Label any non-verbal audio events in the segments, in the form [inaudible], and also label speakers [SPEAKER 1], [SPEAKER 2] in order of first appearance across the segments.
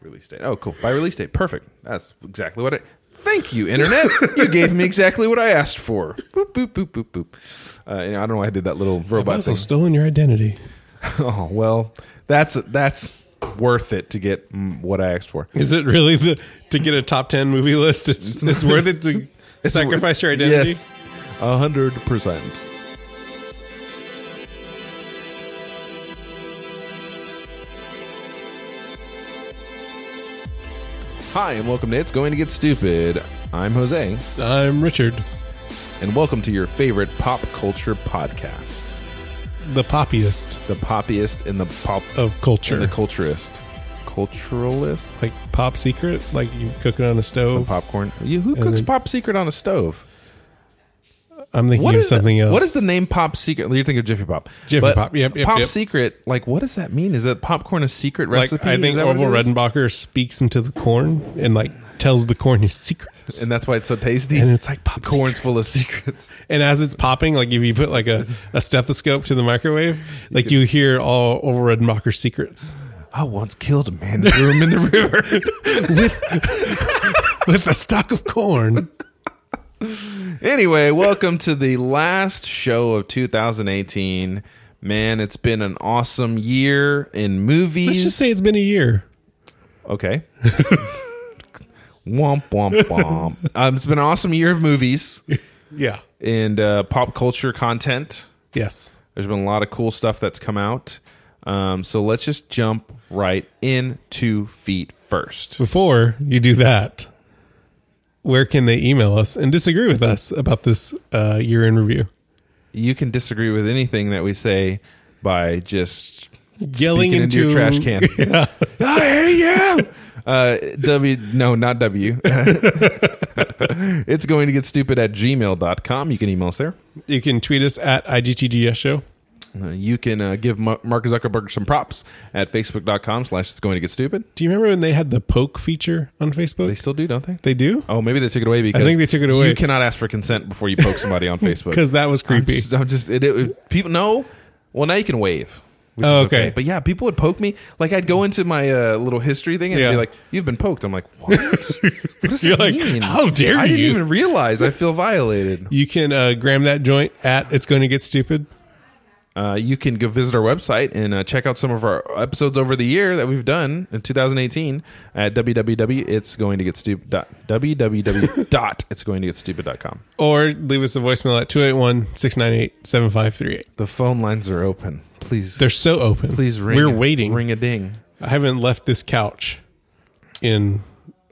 [SPEAKER 1] Release date. Oh, cool. By release date. Perfect. That's exactly what I. Thank you, internet. you gave me exactly what I asked for. Boop boop boop boop boop. Uh, you know, I don't know why I did that little robot
[SPEAKER 2] Puzzle
[SPEAKER 1] thing.
[SPEAKER 2] stolen your identity.
[SPEAKER 1] Oh well, that's that's worth it to get mm, what I asked for.
[SPEAKER 2] Is it really the to get a top ten movie list? It's it's worth it to [laughs] sacrifice your identity.
[SPEAKER 1] Yes, a hundred percent. Hi, and welcome to It's Going to Get Stupid. I'm Jose,
[SPEAKER 2] I'm Richard,
[SPEAKER 1] and welcome to your favorite pop culture podcast,
[SPEAKER 2] the poppiest
[SPEAKER 1] the poppiest and the pop uh,
[SPEAKER 2] of culture.
[SPEAKER 1] and the culturist, culturalist.
[SPEAKER 2] like pop secret, like you cook it on a
[SPEAKER 1] Some
[SPEAKER 2] stove.
[SPEAKER 1] popcorn. You, who
[SPEAKER 2] And
[SPEAKER 1] cooks
[SPEAKER 2] then-
[SPEAKER 1] pop secret on a stove?
[SPEAKER 2] I'm thinking
[SPEAKER 1] What
[SPEAKER 2] of
[SPEAKER 1] is the-
[SPEAKER 2] something else.
[SPEAKER 1] What is the name Pop Secret? You're thinking of Jiffy Pop.
[SPEAKER 2] Jiffy
[SPEAKER 1] But
[SPEAKER 2] Pop, yep, yep,
[SPEAKER 1] Pop
[SPEAKER 2] yep.
[SPEAKER 1] Secret. Like, what does that mean? Is that popcorn a secret
[SPEAKER 2] like?
[SPEAKER 1] recipe?
[SPEAKER 2] I
[SPEAKER 1] Is
[SPEAKER 2] think
[SPEAKER 1] that what
[SPEAKER 2] Orville
[SPEAKER 1] it is?
[SPEAKER 2] Redenbacher speaks into the corn and like tells the corn his secrets.
[SPEAKER 1] and
[SPEAKER 2] And,
[SPEAKER 1] that's why it's so tasty.
[SPEAKER 2] it's like pop
[SPEAKER 1] corn's
[SPEAKER 2] secret.
[SPEAKER 1] full of
[SPEAKER 2] [laughs]
[SPEAKER 1] secrets.
[SPEAKER 2] And as it's popping, like if you put like a, a stethoscope to the microwave, like you hear all Orville Redenbacher's
[SPEAKER 1] [laughs]
[SPEAKER 2] secrets
[SPEAKER 1] I once killed a man and threw him in the river.
[SPEAKER 2] [laughs] with a stalk of corn.
[SPEAKER 1] anyway, welcome to the last show of 2018. Man, it's been an awesome year in movies.
[SPEAKER 2] Let's just say it's been a year.
[SPEAKER 1] Okay. [laughs] womp womp womp. Um, it's been an awesome year of movies
[SPEAKER 2] Yeah.
[SPEAKER 1] and uh, pop culture content.
[SPEAKER 2] Yes.
[SPEAKER 1] There's been a lot of cool stuff that's come out. Um, so let's just jump right into feet first.
[SPEAKER 2] Before you do that, where can they email us and disagree with us about this uh, year in review?
[SPEAKER 1] You can disagree with anything that we say by just
[SPEAKER 2] Yelling
[SPEAKER 1] speaking
[SPEAKER 2] into,
[SPEAKER 1] your trash
[SPEAKER 2] [laughs]
[SPEAKER 1] can.
[SPEAKER 2] Yeah.
[SPEAKER 1] [laughs] I hate you. Uh, w no, not W. [laughs] it's going to get stupid at gmail.com. You can email us there.
[SPEAKER 2] You can tweet us at IGTGS show.
[SPEAKER 1] Uh, you can uh, give Ma- Mark Zuckerberg some props at facebook.com slash it's going to get stupid.
[SPEAKER 2] Do you remember when they had the poke feature on
[SPEAKER 1] They
[SPEAKER 2] Facebook?
[SPEAKER 1] still do, don't they?
[SPEAKER 2] They do?
[SPEAKER 1] Oh, maybe they took it away because
[SPEAKER 2] think they took it away.
[SPEAKER 1] You cannot ask for consent before you poke somebody
[SPEAKER 2] [laughs]
[SPEAKER 1] on Facebook.
[SPEAKER 2] Because that was
[SPEAKER 1] I'm
[SPEAKER 2] creepy.
[SPEAKER 1] just, [laughs] I'm just- it, it- people. No, well now you can wave. which
[SPEAKER 2] Oh,
[SPEAKER 1] is
[SPEAKER 2] okay.
[SPEAKER 1] but yeah, people would poke me. Like I'd go into my uh, little history thing and
[SPEAKER 2] Yeah.
[SPEAKER 1] be like, "You've been poked." I'm like, "What?
[SPEAKER 2] [laughs]
[SPEAKER 1] what does
[SPEAKER 2] You're
[SPEAKER 1] that
[SPEAKER 2] like,
[SPEAKER 1] mean?
[SPEAKER 2] "How dare
[SPEAKER 1] I didn't
[SPEAKER 2] you."
[SPEAKER 1] even realize I feel violated. [laughs]
[SPEAKER 2] you can uh, gram that joint at It's Going to Get Stupid.
[SPEAKER 1] Uh, you can go visit our website and uh, check out some of our episodes over the year that we've done in 2018 at www.itsgoingtogetstupid.
[SPEAKER 2] [laughs]
[SPEAKER 1] www.itsgoingtogetstupid.com.
[SPEAKER 2] Or leave us a voicemail at 281 698 7538.
[SPEAKER 1] The phone lines are open. Please,
[SPEAKER 2] They're so open.
[SPEAKER 1] please ring.
[SPEAKER 2] We're waiting.
[SPEAKER 1] Ring a ding.
[SPEAKER 2] I haven't left this couch in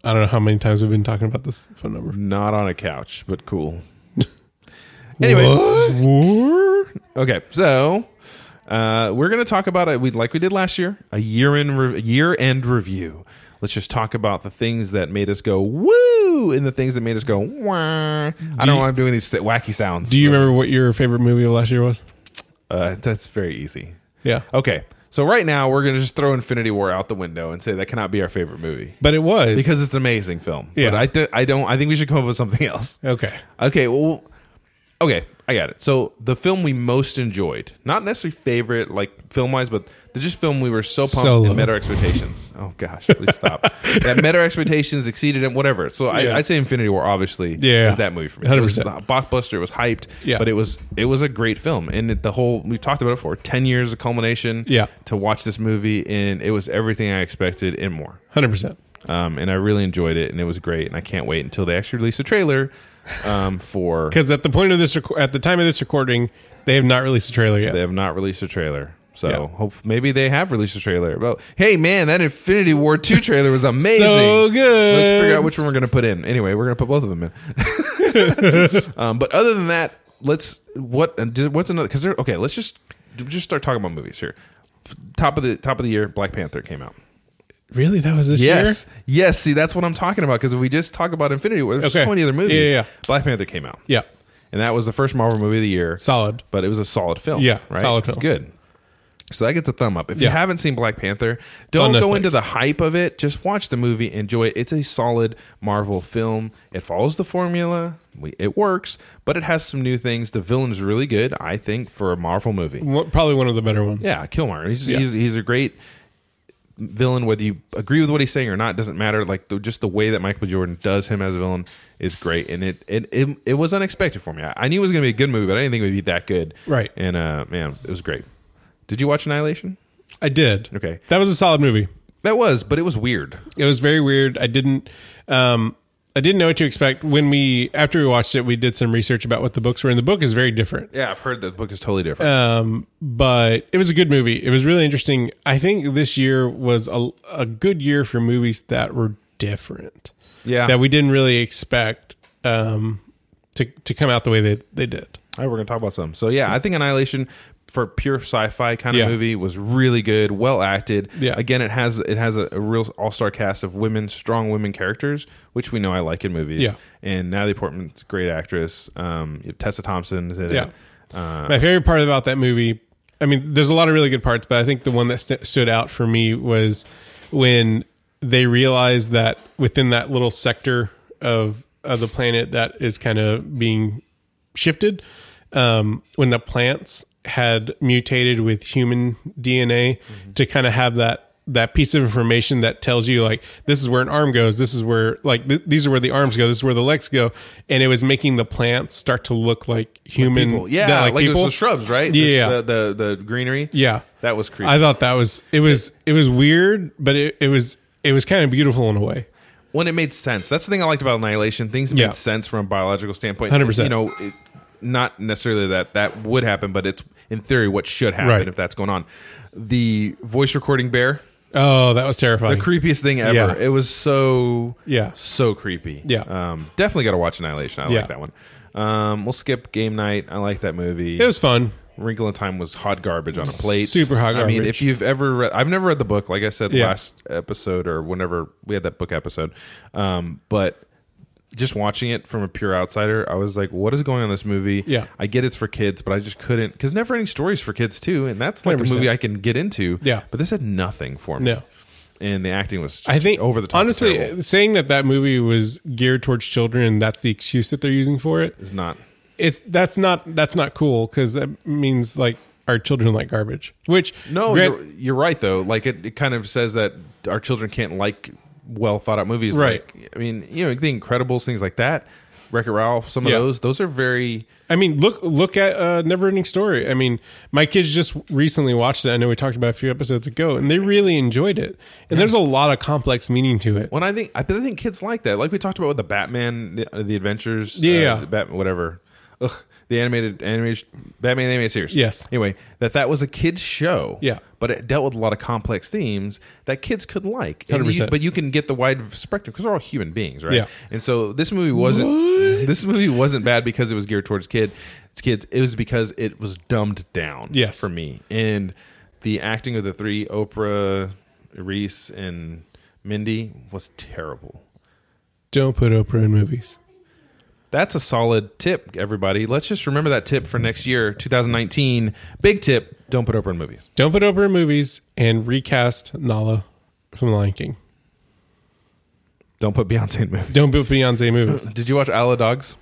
[SPEAKER 2] I don't know how many times we've been talking about this phone number.
[SPEAKER 1] Not on a couch, but
[SPEAKER 2] [laughs]
[SPEAKER 1] cool. anyway, okay, so uh, we're gonna talk about it. We like we did last year, a year in re- year end review. Let's just talk about the things that made us go woo, and the things that made us go wah. I
[SPEAKER 2] you-
[SPEAKER 1] don't want to do any s- wacky sounds.
[SPEAKER 2] Do you remember what your favorite movie of last year was?
[SPEAKER 1] Uh, that's very easy.
[SPEAKER 2] Yeah.
[SPEAKER 1] Okay, so right now we're gonna just throw Infinity War out the window and say that cannot be our favorite movie
[SPEAKER 2] But it was
[SPEAKER 1] because it's an amazing film.
[SPEAKER 2] Yeah.
[SPEAKER 1] but I th- I don't. I think we should come up with something [laughs] else.
[SPEAKER 2] Okay.
[SPEAKER 1] Okay, well, okay, I got it. So the film we most enjoyed, not necessarily favorite, like film wise, but the just film we were so pumped
[SPEAKER 2] Solo.
[SPEAKER 1] and met our
[SPEAKER 2] [laughs]
[SPEAKER 1] expectations. oh gosh, please stop. that met our expectations, exceeded them, whatever. So
[SPEAKER 2] Yeah.
[SPEAKER 1] I, I'd say Infinity War, obviously,
[SPEAKER 2] Yeah.
[SPEAKER 1] is that movie for me. It was a
[SPEAKER 2] 100%.
[SPEAKER 1] blockbuster. It was hyped,
[SPEAKER 2] Yeah.
[SPEAKER 1] but it was it was a great film, and it, the whole we've talked about it for ten years of culmination.
[SPEAKER 2] Yeah.
[SPEAKER 1] to watch this movie, and it was everything I expected and more
[SPEAKER 2] Hundred percent.
[SPEAKER 1] um, and I really enjoyed it, and it was great, and I can't wait until they actually release a trailer um, [laughs] for.
[SPEAKER 2] Because at the point of this rec- at the time of this recording, they have not released a trailer yet.
[SPEAKER 1] They have not released a trailer, so
[SPEAKER 2] Yeah.
[SPEAKER 1] hope maybe they have released a trailer. But hey, man, that Infinity War
[SPEAKER 2] [laughs]
[SPEAKER 1] two trailer was amazing.
[SPEAKER 2] So good.
[SPEAKER 1] Let's figure out which one we're gonna put in. Anyway, we're gonna put both of them in. [laughs] um, but other than that, let's what and did- what's another? Because they're okay. Let's just just start talking about movies here. Top of the top of the year, Black Panther came out.
[SPEAKER 2] Really, that was this
[SPEAKER 1] Yes, yes. See, that's what I'm talking about. Because if we just talk about Infinity War, there's
[SPEAKER 2] Okay.
[SPEAKER 1] so many other movies.
[SPEAKER 2] Yeah, yeah, yeah.
[SPEAKER 1] Black Panther came out,
[SPEAKER 2] year. Yeah.
[SPEAKER 1] and that was the first Marvel movie of the year.
[SPEAKER 2] Solid.
[SPEAKER 1] But it was a solid film.
[SPEAKER 2] Yeah,
[SPEAKER 1] right?
[SPEAKER 2] solid
[SPEAKER 1] It was
[SPEAKER 2] film.
[SPEAKER 1] good. So that gets a thumb up. If you
[SPEAKER 2] Yeah.
[SPEAKER 1] haven't seen Black Panther, don't
[SPEAKER 2] on
[SPEAKER 1] go
[SPEAKER 2] Netflix.
[SPEAKER 1] into the hype of it. Just watch the movie, enjoy it. It's a solid Marvel film. It follows the formula. We, it works, but it has some new things. The villain's really good, I think, for a Marvel movie.
[SPEAKER 2] Wha- Probably one of the better ones.
[SPEAKER 1] Yeah, Killmonger. He's, he's he's a great villain, whether you agree with what he's saying or not, doesn't matter. Like the, just the way that Michael Jordan does him as a villain is great, and it it it, it was unexpected for me. I, I knew it was going to be a good movie, but I didn't think it would be that good.
[SPEAKER 2] Right.
[SPEAKER 1] And uh, man, it was great. Did you watch Annihilation?
[SPEAKER 2] I did.
[SPEAKER 1] Okay.
[SPEAKER 2] That was a solid movie.
[SPEAKER 1] That was, but it was weird.
[SPEAKER 2] It was very weird. I didn't um I didn't know what to expect when we after we watched it, we did some research about what the books were and the book is very different.
[SPEAKER 1] Yeah, I've heard the book is totally different.
[SPEAKER 2] Um but it was a good movie. It was really interesting. I think this year was a a good year for movies that were different.
[SPEAKER 1] yeah,
[SPEAKER 2] That we didn't really expect um to to come out the way they they did.
[SPEAKER 1] All right, we're going to talk about some. So yeah, I think Annihilation for pure sci-fi kind of
[SPEAKER 2] Yeah.
[SPEAKER 1] movie was really good, well acted.
[SPEAKER 2] Yeah.
[SPEAKER 1] Again, it has it has a, a real all-star cast of women, strong women characters, which we know I like in movies.
[SPEAKER 2] Yeah.
[SPEAKER 1] And Natalie Portman's a great actress. Um, Tessa Thompson is in
[SPEAKER 2] Yeah.
[SPEAKER 1] it. Uh,
[SPEAKER 2] My favorite part about that movie, I mean, there's a lot of really good parts, but I think the one that st- stood out for me was when they realized that within that little sector of of the planet that is kind of being shifted, um, when the plants had mutated with human DNA to kind of have that that piece of information that tells you like this is where an arm goes this is where like th- these are where the arms go this is where the legs go and it was making the plants start to look like human
[SPEAKER 1] people. Yeah,
[SPEAKER 2] that,
[SPEAKER 1] like, there's
[SPEAKER 2] people.
[SPEAKER 1] the shrubs, right?
[SPEAKER 2] Yeah.
[SPEAKER 1] There's The, the the greenery.
[SPEAKER 2] Yeah,
[SPEAKER 1] That was creepy.
[SPEAKER 2] I thought that was it was it was weird, but it, it was it was kind of beautiful in a way.
[SPEAKER 1] when it made sense. That's the thing I liked about Annihilation. Things
[SPEAKER 2] Yeah.
[SPEAKER 1] made sense from a biological standpoint.
[SPEAKER 2] 100%.
[SPEAKER 1] You know, it, not necessarily that that would happen, but it's in theory what should happen
[SPEAKER 2] Right.
[SPEAKER 1] if that's going on. The voice recording bear,
[SPEAKER 2] Oh, that was terrifying.
[SPEAKER 1] the creepiest thing ever.
[SPEAKER 2] Yeah.
[SPEAKER 1] It was so
[SPEAKER 2] Yeah.
[SPEAKER 1] so creepy.
[SPEAKER 2] Yeah.
[SPEAKER 1] um, definitely got to watch Annihilation. I
[SPEAKER 2] Yeah.
[SPEAKER 1] like that one. Um, we'll skip game night. I like that movie.
[SPEAKER 2] it was fun.
[SPEAKER 1] Wrinkle in Time was hot garbage on a plate.
[SPEAKER 2] Super hot
[SPEAKER 1] I mean,
[SPEAKER 2] garbage.
[SPEAKER 1] if you've ever read, I've never read the book, like I said
[SPEAKER 2] Yeah.
[SPEAKER 1] last episode or whenever we had that book episode. Um, but just watching it from a pure outsider, I was like, what is going on in this movie?
[SPEAKER 2] Yeah.
[SPEAKER 1] I get it's for kids, but I just couldn't, because never ending stories for kids too. And that's like a
[SPEAKER 2] 100%.
[SPEAKER 1] movie I can get into.
[SPEAKER 2] Yeah.
[SPEAKER 1] But this had nothing for me.
[SPEAKER 2] No.
[SPEAKER 1] And the acting was just
[SPEAKER 2] I think
[SPEAKER 1] over the top.
[SPEAKER 2] Honestly,
[SPEAKER 1] Honestly, is
[SPEAKER 2] saying that that movie was geared towards children and that's the excuse that they're using for it,
[SPEAKER 1] not.
[SPEAKER 2] it's that's not that's not cool because that means like our children like garbage. Which
[SPEAKER 1] No,
[SPEAKER 2] grant-
[SPEAKER 1] you're, you're right though. Like it, it kind of says that our children can't like well thought out movies.
[SPEAKER 2] Right.
[SPEAKER 1] Like, I mean, you know, the Incredibles, things like that. Wreck It Ralph, some of
[SPEAKER 2] Yeah.
[SPEAKER 1] those. Those are very.
[SPEAKER 2] I mean, look look at uh, Neverending Story. I mean, my kids just recently watched it. I know we talked about it a few episodes ago, and they really enjoyed it. And there's a lot of complex meaning to it.
[SPEAKER 1] When I think, I but I think kids like that. Like we talked about with the Batman, the, the Adventures,
[SPEAKER 2] Yeah.
[SPEAKER 1] uh, the Batman, whatever. Ugh, the animated animation, Batman animated series.
[SPEAKER 2] Yes.
[SPEAKER 1] Anyway, that that was a kids show.
[SPEAKER 2] Yeah.
[SPEAKER 1] But it dealt with a lot of complex themes that kids could like. And you-
[SPEAKER 2] 100%.
[SPEAKER 1] but you can get the wide spectrum because we're all human beings, right?
[SPEAKER 2] Yeah.
[SPEAKER 1] And so this movie wasn't [laughs] this movie wasn't bad because it was geared towards kid it's kids. It was because it was dumbed down.
[SPEAKER 2] Yes.
[SPEAKER 1] For me. And the acting of the three Oprah, Reese, and Mindy was terrible.
[SPEAKER 2] Don't put Oprah in movies.
[SPEAKER 1] That's a solid tip, everybody. Let's just remember that tip for next year, 2019. Big tip: don't put Oprah in movies.
[SPEAKER 2] Don't put Oprah in movies and recast Nala from The Lion King.
[SPEAKER 1] Don't put Beyonce in movies.
[SPEAKER 2] Don't put Beyonce
[SPEAKER 1] [clears throat]
[SPEAKER 2] in movies.
[SPEAKER 1] [laughs] Did you watch Isle of Dogs?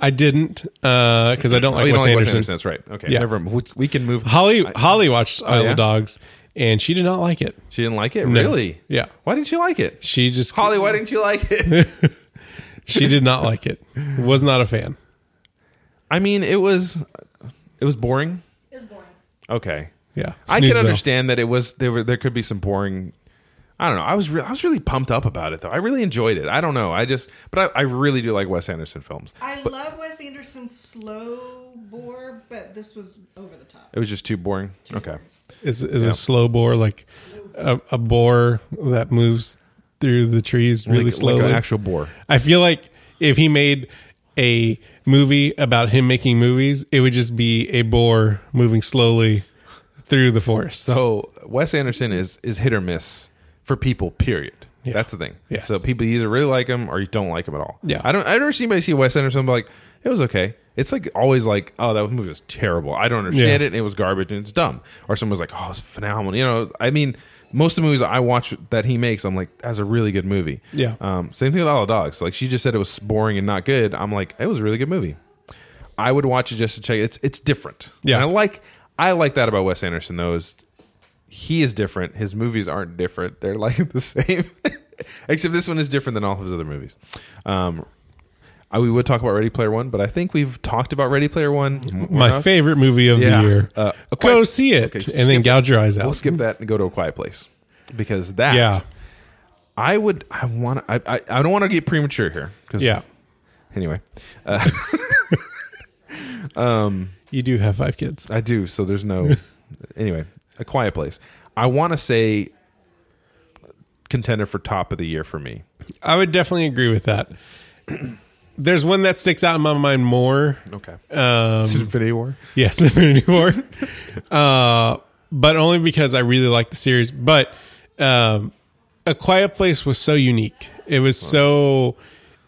[SPEAKER 2] I didn't because I don't
[SPEAKER 1] Oh,
[SPEAKER 2] like
[SPEAKER 1] you
[SPEAKER 2] Wes
[SPEAKER 1] don't like Wes
[SPEAKER 2] Anderson.
[SPEAKER 1] Anderson. That's right. Okay,
[SPEAKER 2] Yeah.
[SPEAKER 1] never. mind. We, we can move.
[SPEAKER 2] Holly Holly watched Isle
[SPEAKER 1] yeah?
[SPEAKER 2] of Dogs, and she did not like it.
[SPEAKER 1] She didn't like it.
[SPEAKER 2] No.
[SPEAKER 1] Really?
[SPEAKER 2] Yeah.
[SPEAKER 1] Why didn't you like it?
[SPEAKER 2] She just
[SPEAKER 1] Holly, why didn't you like it? [laughs]
[SPEAKER 2] she did not like it. Was not a fan.
[SPEAKER 1] I mean, it was, it was boring.
[SPEAKER 3] It was boring.
[SPEAKER 1] Okay,
[SPEAKER 2] Yeah,
[SPEAKER 1] [laughs] I
[SPEAKER 2] Snooze
[SPEAKER 1] can
[SPEAKER 2] bell.
[SPEAKER 1] understand that it was there. Were, there could be some boring. I don't know. I was re- I was really pumped up about it though. I really enjoyed it. I don't know. I just, but I, I really do like Wes Anderson films.
[SPEAKER 3] I love Wes Anderson's slow bore, but this was over the top.
[SPEAKER 1] It was just too boring. Okay.
[SPEAKER 2] Is is a slow bore like a, a boar that moves through the trees really
[SPEAKER 1] like,
[SPEAKER 2] slowly?
[SPEAKER 1] Like an actual boar.
[SPEAKER 2] I feel like if he made a movie about him making movies, it would just be a boar moving slowly through the forest. So
[SPEAKER 1] So Wes Anderson is is hit or miss for people. Period.
[SPEAKER 2] Yeah.
[SPEAKER 1] That's the thing.
[SPEAKER 2] Yes.
[SPEAKER 1] So people either really like him or you don't like him at all.
[SPEAKER 2] Yeah.
[SPEAKER 1] I don't. I've never seen anybody see Wes Anderson be like it was okay. It's like always like oh that movie was terrible. I don't understand
[SPEAKER 2] Yeah.
[SPEAKER 1] it. and It was garbage and it's dumb. Or someone's like oh it's phenomenal. You know. I mean most of the movies I watch that he makes I'm like that's a really good movie.
[SPEAKER 2] Yeah.
[SPEAKER 1] Um, same thing with All the Dogs. Like she just said it was boring and not good. I'm like it was a really good movie. I would watch it just to check. It's it's different.
[SPEAKER 2] Yeah.
[SPEAKER 1] And I like I like that about Wes Anderson though is he is different. His movies aren't different. They're like [laughs] the same, except this one is different than all of his other movies. Um, I, we would talk about Ready Player One, but I think we've talked about Ready Player One.
[SPEAKER 2] Mm-hmm. My
[SPEAKER 1] enough.
[SPEAKER 2] favorite movie of
[SPEAKER 1] Yeah.
[SPEAKER 2] the year.
[SPEAKER 1] Uh, a
[SPEAKER 2] Go
[SPEAKER 1] quiet-
[SPEAKER 2] see it
[SPEAKER 1] Okay,
[SPEAKER 2] and then gouge your eyes out.
[SPEAKER 1] We'll skip that and go to a quiet place because that.
[SPEAKER 2] Yeah.
[SPEAKER 1] I would. I want. I. I, I don't want to get premature here. 'cause-
[SPEAKER 2] yeah.
[SPEAKER 1] Anyway,
[SPEAKER 2] You do have five kids.
[SPEAKER 1] I do. So there's
[SPEAKER 2] [laughs]
[SPEAKER 1] no. anyway, a quiet place. I want to say contender for top of the year for me.
[SPEAKER 2] I would definitely agree with that. [clears throat] There's one that sticks out in my mind more.
[SPEAKER 1] Okay.
[SPEAKER 2] Um,
[SPEAKER 1] Infinity War.
[SPEAKER 2] Yes, Infinity
[SPEAKER 1] [laughs]
[SPEAKER 2] War. uh, but only because I really like the series. But um, A Quiet Place was so unique. It was so.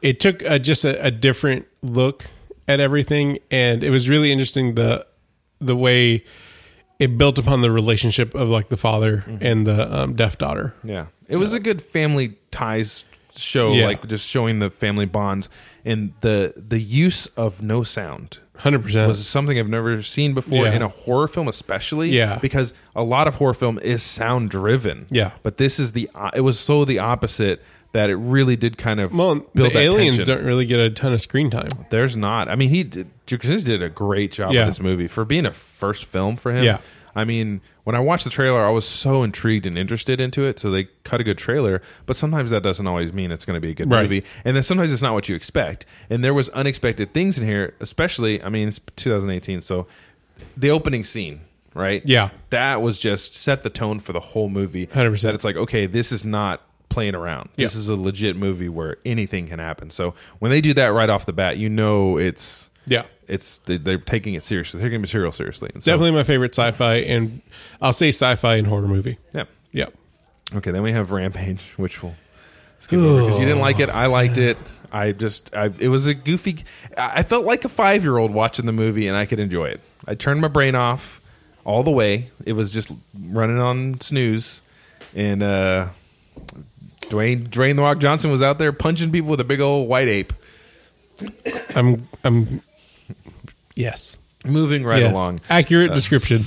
[SPEAKER 2] It took a, just a, a different look at everything, and it was really interesting the the way it built upon the relationship of like the father
[SPEAKER 1] Mm-hmm.
[SPEAKER 2] and the um, deaf daughter.
[SPEAKER 1] Yeah. It was a good family ties show,
[SPEAKER 2] Yeah.
[SPEAKER 1] like just showing the family bonds and the the use of no sound
[SPEAKER 2] Hundred
[SPEAKER 1] was
[SPEAKER 2] percent.
[SPEAKER 1] something I've never seen before
[SPEAKER 2] Yeah.
[SPEAKER 1] in a horror film, especially.
[SPEAKER 2] Yeah.
[SPEAKER 1] Because a lot of horror film is sound driven.
[SPEAKER 2] Yeah.
[SPEAKER 1] But this is the it was so the opposite that it really did kind of
[SPEAKER 2] Well,
[SPEAKER 1] build
[SPEAKER 2] the
[SPEAKER 1] that
[SPEAKER 2] aliens
[SPEAKER 1] tension.
[SPEAKER 2] don't really get a ton of screen time.
[SPEAKER 1] There's not. I mean, he did. Jukes did a great job
[SPEAKER 2] Yeah.
[SPEAKER 1] with this movie for being a first film for him.
[SPEAKER 2] Yeah.
[SPEAKER 1] I mean, when I watched the trailer, I was so intrigued and interested into it. So they cut a good trailer, but sometimes that doesn't always mean it's going to be a good
[SPEAKER 2] Right.
[SPEAKER 1] movie. And then sometimes it's not what you expect. And there was unexpected things in here, especially. I mean, it's 2018, so the opening scene, right?
[SPEAKER 2] Yeah.
[SPEAKER 1] that was just set the tone for the whole movie.
[SPEAKER 2] 100%.
[SPEAKER 1] That it's like, okay, this is not playing around. This
[SPEAKER 2] Yeah.
[SPEAKER 1] is a legit movie where anything can happen. So when they do that right off the bat, you know it's
[SPEAKER 2] Yeah.
[SPEAKER 1] it's they- they're taking it seriously. They're taking material seriously. And so-
[SPEAKER 2] Definitely my favorite sci-fi, and I'll say sci-fi and horror movie.
[SPEAKER 1] Yeah.
[SPEAKER 2] Yeah.
[SPEAKER 1] Okay, then we have Rampage, which will skip over because you didn't like it. I liked it. I just I it was a goofy. I I felt like a five year old watching the movie, and I could enjoy it. I turned my brain off all the way. It was just running on snooze, and uh, Dwayne Dwayne the Rock Johnson was out there punching people with a big old white ape.
[SPEAKER 2] I'm I'm yes.
[SPEAKER 1] Moving right
[SPEAKER 2] yes.
[SPEAKER 1] along.
[SPEAKER 2] Accurate description.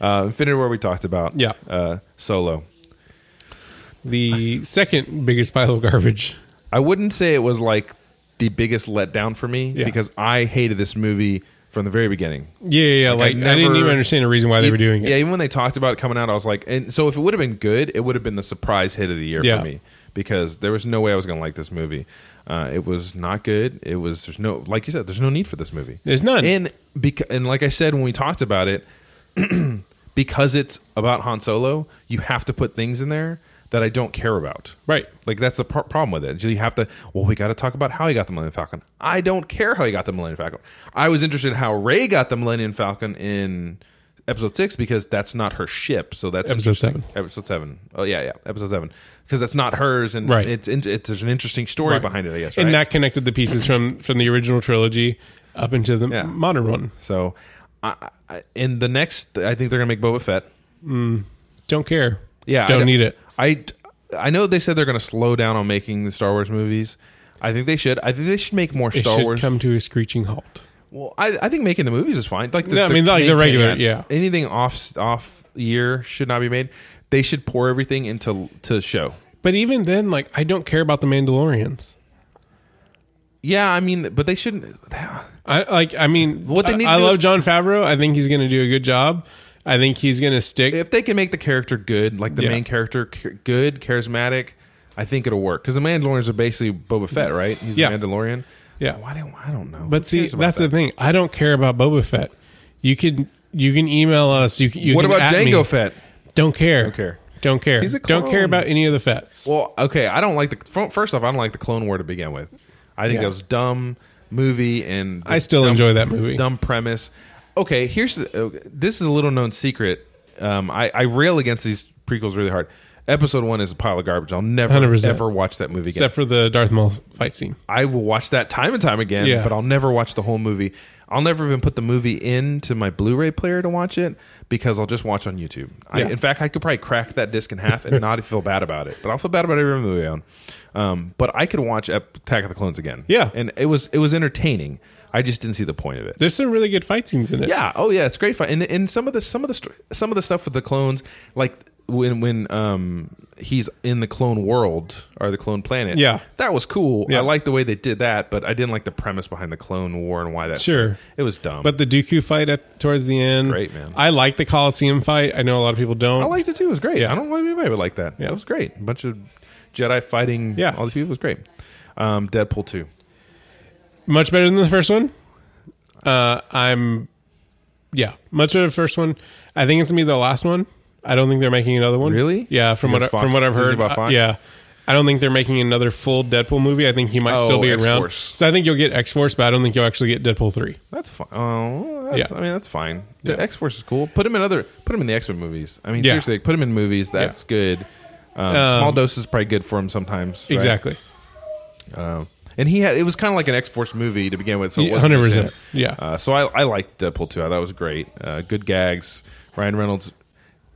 [SPEAKER 1] Uh, Infinity War we talked about.
[SPEAKER 2] Yeah.
[SPEAKER 1] Uh, Solo.
[SPEAKER 2] The second biggest pile of garbage.
[SPEAKER 1] I wouldn't say it was like the biggest letdown for me
[SPEAKER 2] Yeah.
[SPEAKER 1] because I hated this movie from the very beginning.
[SPEAKER 2] Yeah, yeah, yeah. Like,
[SPEAKER 1] Like,
[SPEAKER 2] I,
[SPEAKER 1] I
[SPEAKER 2] didn't
[SPEAKER 1] never-
[SPEAKER 2] even understand the reason why they were doing it.
[SPEAKER 1] Yeah, even when they talked about it coming out, I was like, and so if it would have been good, it would have been the surprise hit of the year
[SPEAKER 2] Yeah.
[SPEAKER 1] for me because there was no way I was going to like this movie. Uh, it was not good. It was there's no like you said, there's no need for this movie.
[SPEAKER 2] There's none.
[SPEAKER 1] And because and like I said when we talked about it, [clears throat] because it's about Han Solo, you have to put things in there that I don't care about.
[SPEAKER 2] Right.
[SPEAKER 1] Like that's the pro- problem with it. You have to. Well, we got to talk about how he got the Millennium Falcon. I don't care how he got the Millennium Falcon. I was interested in how Ray got the Millennium Falcon in Episode Six because that's not her ship. So that's
[SPEAKER 2] Episode
[SPEAKER 1] interesting.
[SPEAKER 2] seven.
[SPEAKER 1] Episode Seven. Oh yeah, yeah. Episode Seven because that's not hers, and
[SPEAKER 2] Right.
[SPEAKER 1] it's, in, it's there's an interesting story behind it. I guess. Right?
[SPEAKER 2] And that connected the pieces from from the original trilogy up into the
[SPEAKER 1] Yeah.
[SPEAKER 2] modern one.
[SPEAKER 1] so, I, I, in the next, I think they're gonna make Boba Fett.
[SPEAKER 2] Don't care.
[SPEAKER 1] Yeah, I
[SPEAKER 2] Don't need it.
[SPEAKER 1] I I know they said they're going to slow down on making the Star Wars movies. I think they should. I think they should make more
[SPEAKER 2] It
[SPEAKER 1] Star
[SPEAKER 2] should
[SPEAKER 1] Wars.
[SPEAKER 2] come to a screeching halt.
[SPEAKER 1] well, I, I think making the movies is fine. Like the,
[SPEAKER 2] Yeah, I mean, like the
[SPEAKER 1] they
[SPEAKER 2] regular-
[SPEAKER 1] can't.
[SPEAKER 2] yeah.
[SPEAKER 1] Anything off off year should not be made. They should pour everything into to show.
[SPEAKER 2] But even then, like I don't care about the Mandalorians.
[SPEAKER 1] Yeah, I mean, but they shouldn't.
[SPEAKER 2] I like. I mean,
[SPEAKER 1] What they need
[SPEAKER 2] I,
[SPEAKER 1] to
[SPEAKER 2] I
[SPEAKER 1] do
[SPEAKER 2] love
[SPEAKER 1] is-
[SPEAKER 2] John Favreau. I think he's going to do a good job. I think he's going to stick.
[SPEAKER 1] If they can make the character good, like the
[SPEAKER 2] Yeah.
[SPEAKER 1] main character c- good, charismatic, I think it'll work. Because the Mandalorians are basically Boba Fett, right? He's
[SPEAKER 2] Yeah.
[SPEAKER 1] a Mandalorian.
[SPEAKER 2] Yeah.
[SPEAKER 1] Why don't I don't know?
[SPEAKER 2] But see, that's the thing. I don't care about Boba Fett. You can you can email us. You, can- you
[SPEAKER 1] What
[SPEAKER 2] can
[SPEAKER 1] about
[SPEAKER 2] at
[SPEAKER 1] Django
[SPEAKER 2] me.
[SPEAKER 1] Fett?
[SPEAKER 2] Don't care.
[SPEAKER 1] Don't care.
[SPEAKER 2] Don't care.
[SPEAKER 1] He's a
[SPEAKER 2] don't care
[SPEAKER 1] clone.
[SPEAKER 2] about any of the Fets.
[SPEAKER 1] Well, okay, I don't like the fir- first off. I don't like the Clone War to begin with. I think
[SPEAKER 2] Yeah.
[SPEAKER 1] that was dumb movie, and
[SPEAKER 2] I still
[SPEAKER 1] dumb-
[SPEAKER 2] enjoy that movie.
[SPEAKER 1] Dumb premise. Okay, here's the, uh, this is a little known secret. Um, I, I rail against these prequels really hard. Episode one is a pile of garbage. I'll never
[SPEAKER 2] 100%.
[SPEAKER 1] ever watch that movie again.
[SPEAKER 2] Except for the Darth Maul fight scene.
[SPEAKER 1] I will watch that time and time again,
[SPEAKER 2] Yeah.
[SPEAKER 1] but I'll never watch the whole movie. I'll never even put the movie into my Blu-ray player to watch it because I'll just watch on YouTube. I,
[SPEAKER 2] Yeah.
[SPEAKER 1] in fact, I could probably crack that disc in half and not [laughs] feel bad about it. But I'll feel bad about every movie I own. Um, but I could watch Ep- Attack of the Clones again.
[SPEAKER 2] Yeah.
[SPEAKER 1] and it was it was entertaining. I just didn't see the point of it.
[SPEAKER 2] There's some really good fight scenes in it.
[SPEAKER 1] Yeah. Oh yeah, it's great fun. And and some of the some of the st- some of the stuff with the clones, like when when um he's in the clone world or the clone planet.
[SPEAKER 2] Yeah.
[SPEAKER 1] that was cool.
[SPEAKER 2] Yeah.
[SPEAKER 1] I like the way they did that, but I didn't like the premise behind the clone war and why that.
[SPEAKER 2] Sure.
[SPEAKER 1] it was dumb.
[SPEAKER 2] But the Dooku fight at, towards the end,
[SPEAKER 1] Great, man.
[SPEAKER 2] I like the Coliseum fight. I know a lot of people don't.
[SPEAKER 1] I liked it too. It was great.
[SPEAKER 2] Yeah.
[SPEAKER 1] I don't know why anybody would like that.
[SPEAKER 2] Yeah.
[SPEAKER 1] It was great. A bunch of Jedi fighting.
[SPEAKER 2] Yeah.
[SPEAKER 1] all these people It was great. Um, Deadpool two.
[SPEAKER 2] much better than the first one. Uh, I'm, yeah, much better than the first one. I think it's gonna be the last one. I don't think they're making another one.
[SPEAKER 1] Really?
[SPEAKER 2] Yeah, from what I,
[SPEAKER 1] Because
[SPEAKER 2] from
[SPEAKER 1] Fox-
[SPEAKER 2] what I've
[SPEAKER 1] Disney
[SPEAKER 2] heard.
[SPEAKER 1] bought
[SPEAKER 2] uh,
[SPEAKER 1] Fox?
[SPEAKER 2] yeah, I don't think they're making another full Deadpool movie. I think he might
[SPEAKER 1] Oh,
[SPEAKER 2] still be around.
[SPEAKER 1] X-Force.
[SPEAKER 2] So I think you'll get X Force, but I don't think you'll actually get Deadpool three.
[SPEAKER 1] That's fine. Oh, that's,
[SPEAKER 2] Yeah.
[SPEAKER 1] I mean, that's fine.
[SPEAKER 2] Yeah.
[SPEAKER 1] The X Force is cool. Put him in other. Put him in the X Men movies. I mean,
[SPEAKER 2] Yeah.
[SPEAKER 1] seriously, put him in movies. That's good. Um,
[SPEAKER 2] Um,
[SPEAKER 1] small doses is probably good for him sometimes. right?
[SPEAKER 2] Exactly.
[SPEAKER 1] Um, and he had it was kind of like an X Force movie to begin with. So it
[SPEAKER 2] Yeah,
[SPEAKER 1] wasn't just
[SPEAKER 2] 100%.
[SPEAKER 1] him.
[SPEAKER 2] Yeah.
[SPEAKER 1] Uh, so I, I liked Deadpool too. I thought it was great. Uh, good gags. Ryan Reynolds.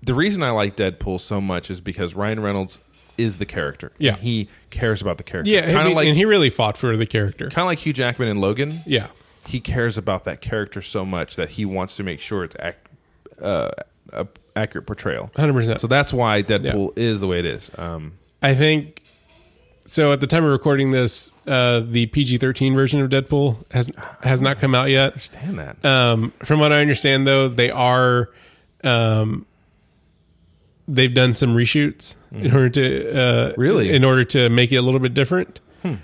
[SPEAKER 1] The reason I like Deadpool so much is because Ryan Reynolds is the character.
[SPEAKER 2] Yeah.
[SPEAKER 1] He cares about the character.
[SPEAKER 2] Yeah,
[SPEAKER 1] Kind
[SPEAKER 2] he-
[SPEAKER 1] of like
[SPEAKER 2] and
[SPEAKER 1] kind
[SPEAKER 2] he really fought for the character.
[SPEAKER 1] of like Hugh Jackman in Logan
[SPEAKER 2] Yeah.
[SPEAKER 1] he cares about that character so much that he wants to make sure it's ac- uh, a accurate portrayal.
[SPEAKER 2] 100%.
[SPEAKER 1] So that's why Deadpool is the way it is. Um,
[SPEAKER 2] I think so. At the time of recording this, uh, the PG thirteen version of Deadpool has has not come out yet.
[SPEAKER 1] understand that?
[SPEAKER 2] Um, from what I understand, though, they are um, they've done some reshoots in order to uh,
[SPEAKER 1] Hmm. Really? Hmm.
[SPEAKER 2] in order to make it a little bit different.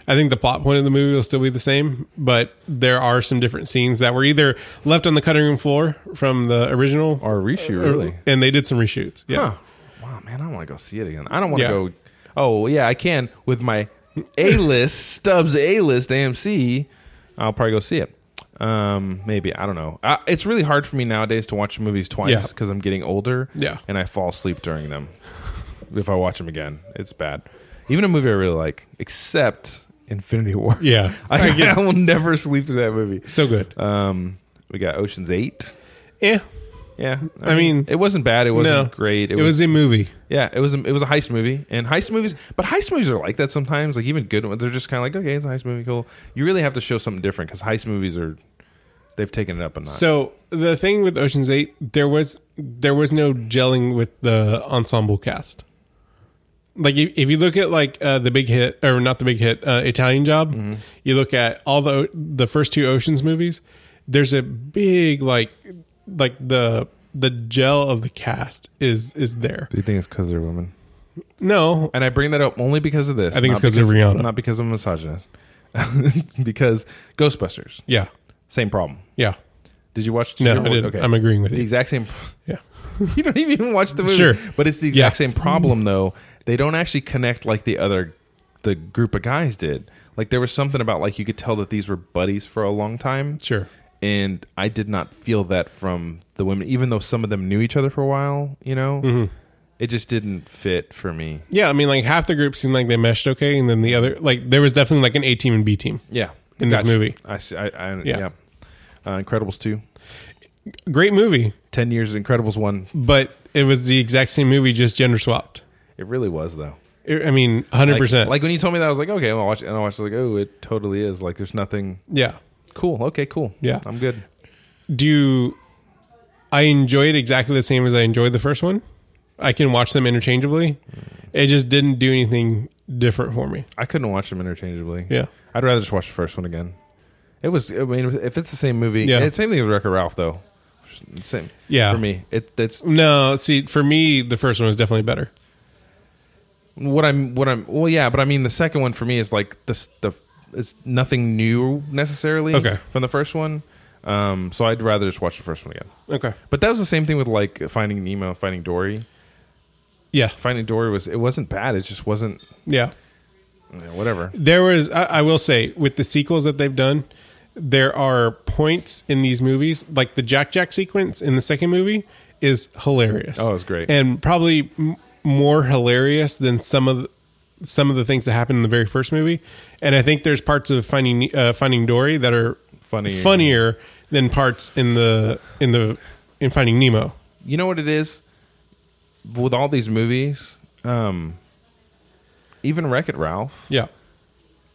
[SPEAKER 2] I think the plot point of the movie will still be the same, but there are some different scenes that were either left on the cutting room floor from the original,
[SPEAKER 1] or reshoot really?
[SPEAKER 2] and they did some reshoots. Yeah,
[SPEAKER 1] Huh. Wow, man, I want to go see it again. I don't want to
[SPEAKER 2] Yeah.
[SPEAKER 1] go. Oh yeah, I can with my A list [laughs] Stubbs A list AMC. I'll probably go see it. Um, maybe I don't know. I, it's really hard for me nowadays to watch movies twice
[SPEAKER 2] Yeah.
[SPEAKER 1] because I'm getting older.
[SPEAKER 2] Yeah.
[SPEAKER 1] and I fall asleep during them. [laughs] if I watch them again, it's bad. Even a movie I really like, except Infinity War.
[SPEAKER 2] Yeah.
[SPEAKER 1] [laughs] I, I will never sleep through that movie.
[SPEAKER 2] so good.
[SPEAKER 1] Um, we got Ocean's Eight.
[SPEAKER 2] Yeah,
[SPEAKER 1] Yeah,
[SPEAKER 2] I mean,
[SPEAKER 1] it wasn't bad. It
[SPEAKER 2] no,
[SPEAKER 1] wasn't great.
[SPEAKER 2] It, was a movie.
[SPEAKER 1] Yeah, it was a, it was a heist movie, and heist movies, but heist movies are like that sometimes. Like even good ones, they're just kind of like, okay, it's a heist movie, cool. You really have to show something different because heist movies are they've taken it up a notch.
[SPEAKER 2] So the thing with Ocean's Eight, there was there was no gelling with the ensemble cast. Like if if you look at like uh, the big hit or not the big hit uh, Italian Job, you look at all the the first two Ocean's movies. There's a big like like the the gel of the cast is is there.
[SPEAKER 1] Do you think it's because they're women?
[SPEAKER 2] No,
[SPEAKER 1] And I bring that up only because of this.
[SPEAKER 2] I think it's
[SPEAKER 1] not
[SPEAKER 2] 'cause of Rihanna.
[SPEAKER 1] not because I'm a misogynist. [laughs] because Ghostbusters,
[SPEAKER 2] yeah,
[SPEAKER 1] same problem.
[SPEAKER 2] yeah,
[SPEAKER 1] Did you watch?
[SPEAKER 2] no, I didn't. I'm agreeing with
[SPEAKER 1] the
[SPEAKER 2] you.
[SPEAKER 1] exact same.
[SPEAKER 2] Yeah,
[SPEAKER 1] [laughs] you don't even watch the movie.
[SPEAKER 2] Sure.
[SPEAKER 1] But it's the exact
[SPEAKER 2] Yeah.
[SPEAKER 1] same problem though. They don't actually connect like the other the group of guys did. Like there was something about like you could tell that these were buddies for a long time.
[SPEAKER 2] sure.
[SPEAKER 1] And I did not feel that from the women, even though some of them knew each other for a while, you know?
[SPEAKER 2] Mm-hmm.
[SPEAKER 1] It just didn't fit for me.
[SPEAKER 2] Yeah, I mean, like half the group seemed like they meshed okay, and then the other, like, there was definitely like an A team and B team.
[SPEAKER 1] Yeah.
[SPEAKER 2] In this movie.
[SPEAKER 1] I see. I, I, yeah.
[SPEAKER 2] Yeah.
[SPEAKER 1] Uh, Incredibles 2.
[SPEAKER 2] Great movie,
[SPEAKER 1] 10 years, Incredibles 1.
[SPEAKER 2] but it was the exact same movie, just gender swapped.
[SPEAKER 1] It really was, though.
[SPEAKER 2] I I mean, hundred
[SPEAKER 1] Like,
[SPEAKER 2] percent.
[SPEAKER 1] like when you told me that, I was like, okay, I'll watch it. And I watched it, like, oh, it totally is. Like, there's nothing.
[SPEAKER 2] yeah.
[SPEAKER 1] Cool. Okay, cool.
[SPEAKER 2] Yeah.
[SPEAKER 1] I'm good.
[SPEAKER 2] Do you- I enjoy it exactly the same as I enjoyed the first one? I can watch them interchangeably. It just didn't do anything different for me.
[SPEAKER 1] I couldn't watch them interchangeably.
[SPEAKER 2] Yeah.
[SPEAKER 1] I'd rather just watch the first one again. It was. I mean, if it's the same movie,
[SPEAKER 2] Yeah.
[SPEAKER 1] yeah. It's same thing with Wreck-It Ralph, though. Same.
[SPEAKER 2] Yeah.
[SPEAKER 1] For me, it it's
[SPEAKER 2] No, see, for me, the first one was definitely better.
[SPEAKER 1] what I'm. What I'm. Well, yeah, but I mean, the second one for me is like this. The it's nothing new necessarily.
[SPEAKER 2] Okay.
[SPEAKER 1] From the first one, um, so I'd rather just watch the first one again.
[SPEAKER 2] Okay.
[SPEAKER 1] But that was the same thing with like Finding Nemo, Finding Dory.
[SPEAKER 2] Yeah.
[SPEAKER 1] Finding Dory was it wasn't bad. It just wasn't
[SPEAKER 2] Yeah.
[SPEAKER 1] you know, whatever.
[SPEAKER 2] There was, I, I will say, with the sequels that they've done, there are points in these movies, like the Jack Jack sequence in the second movie is hilarious.
[SPEAKER 1] Oh, it's great.
[SPEAKER 2] and probably m- more hilarious than some of the, some of the things that happened in the very first movie. And I think there's parts of Finding uh, Finding Dory that are
[SPEAKER 1] Funnier.
[SPEAKER 2] funnier than parts in the in the in Finding Nemo.
[SPEAKER 1] you know what it is with all these movies um even wreck it ralph
[SPEAKER 2] Yeah,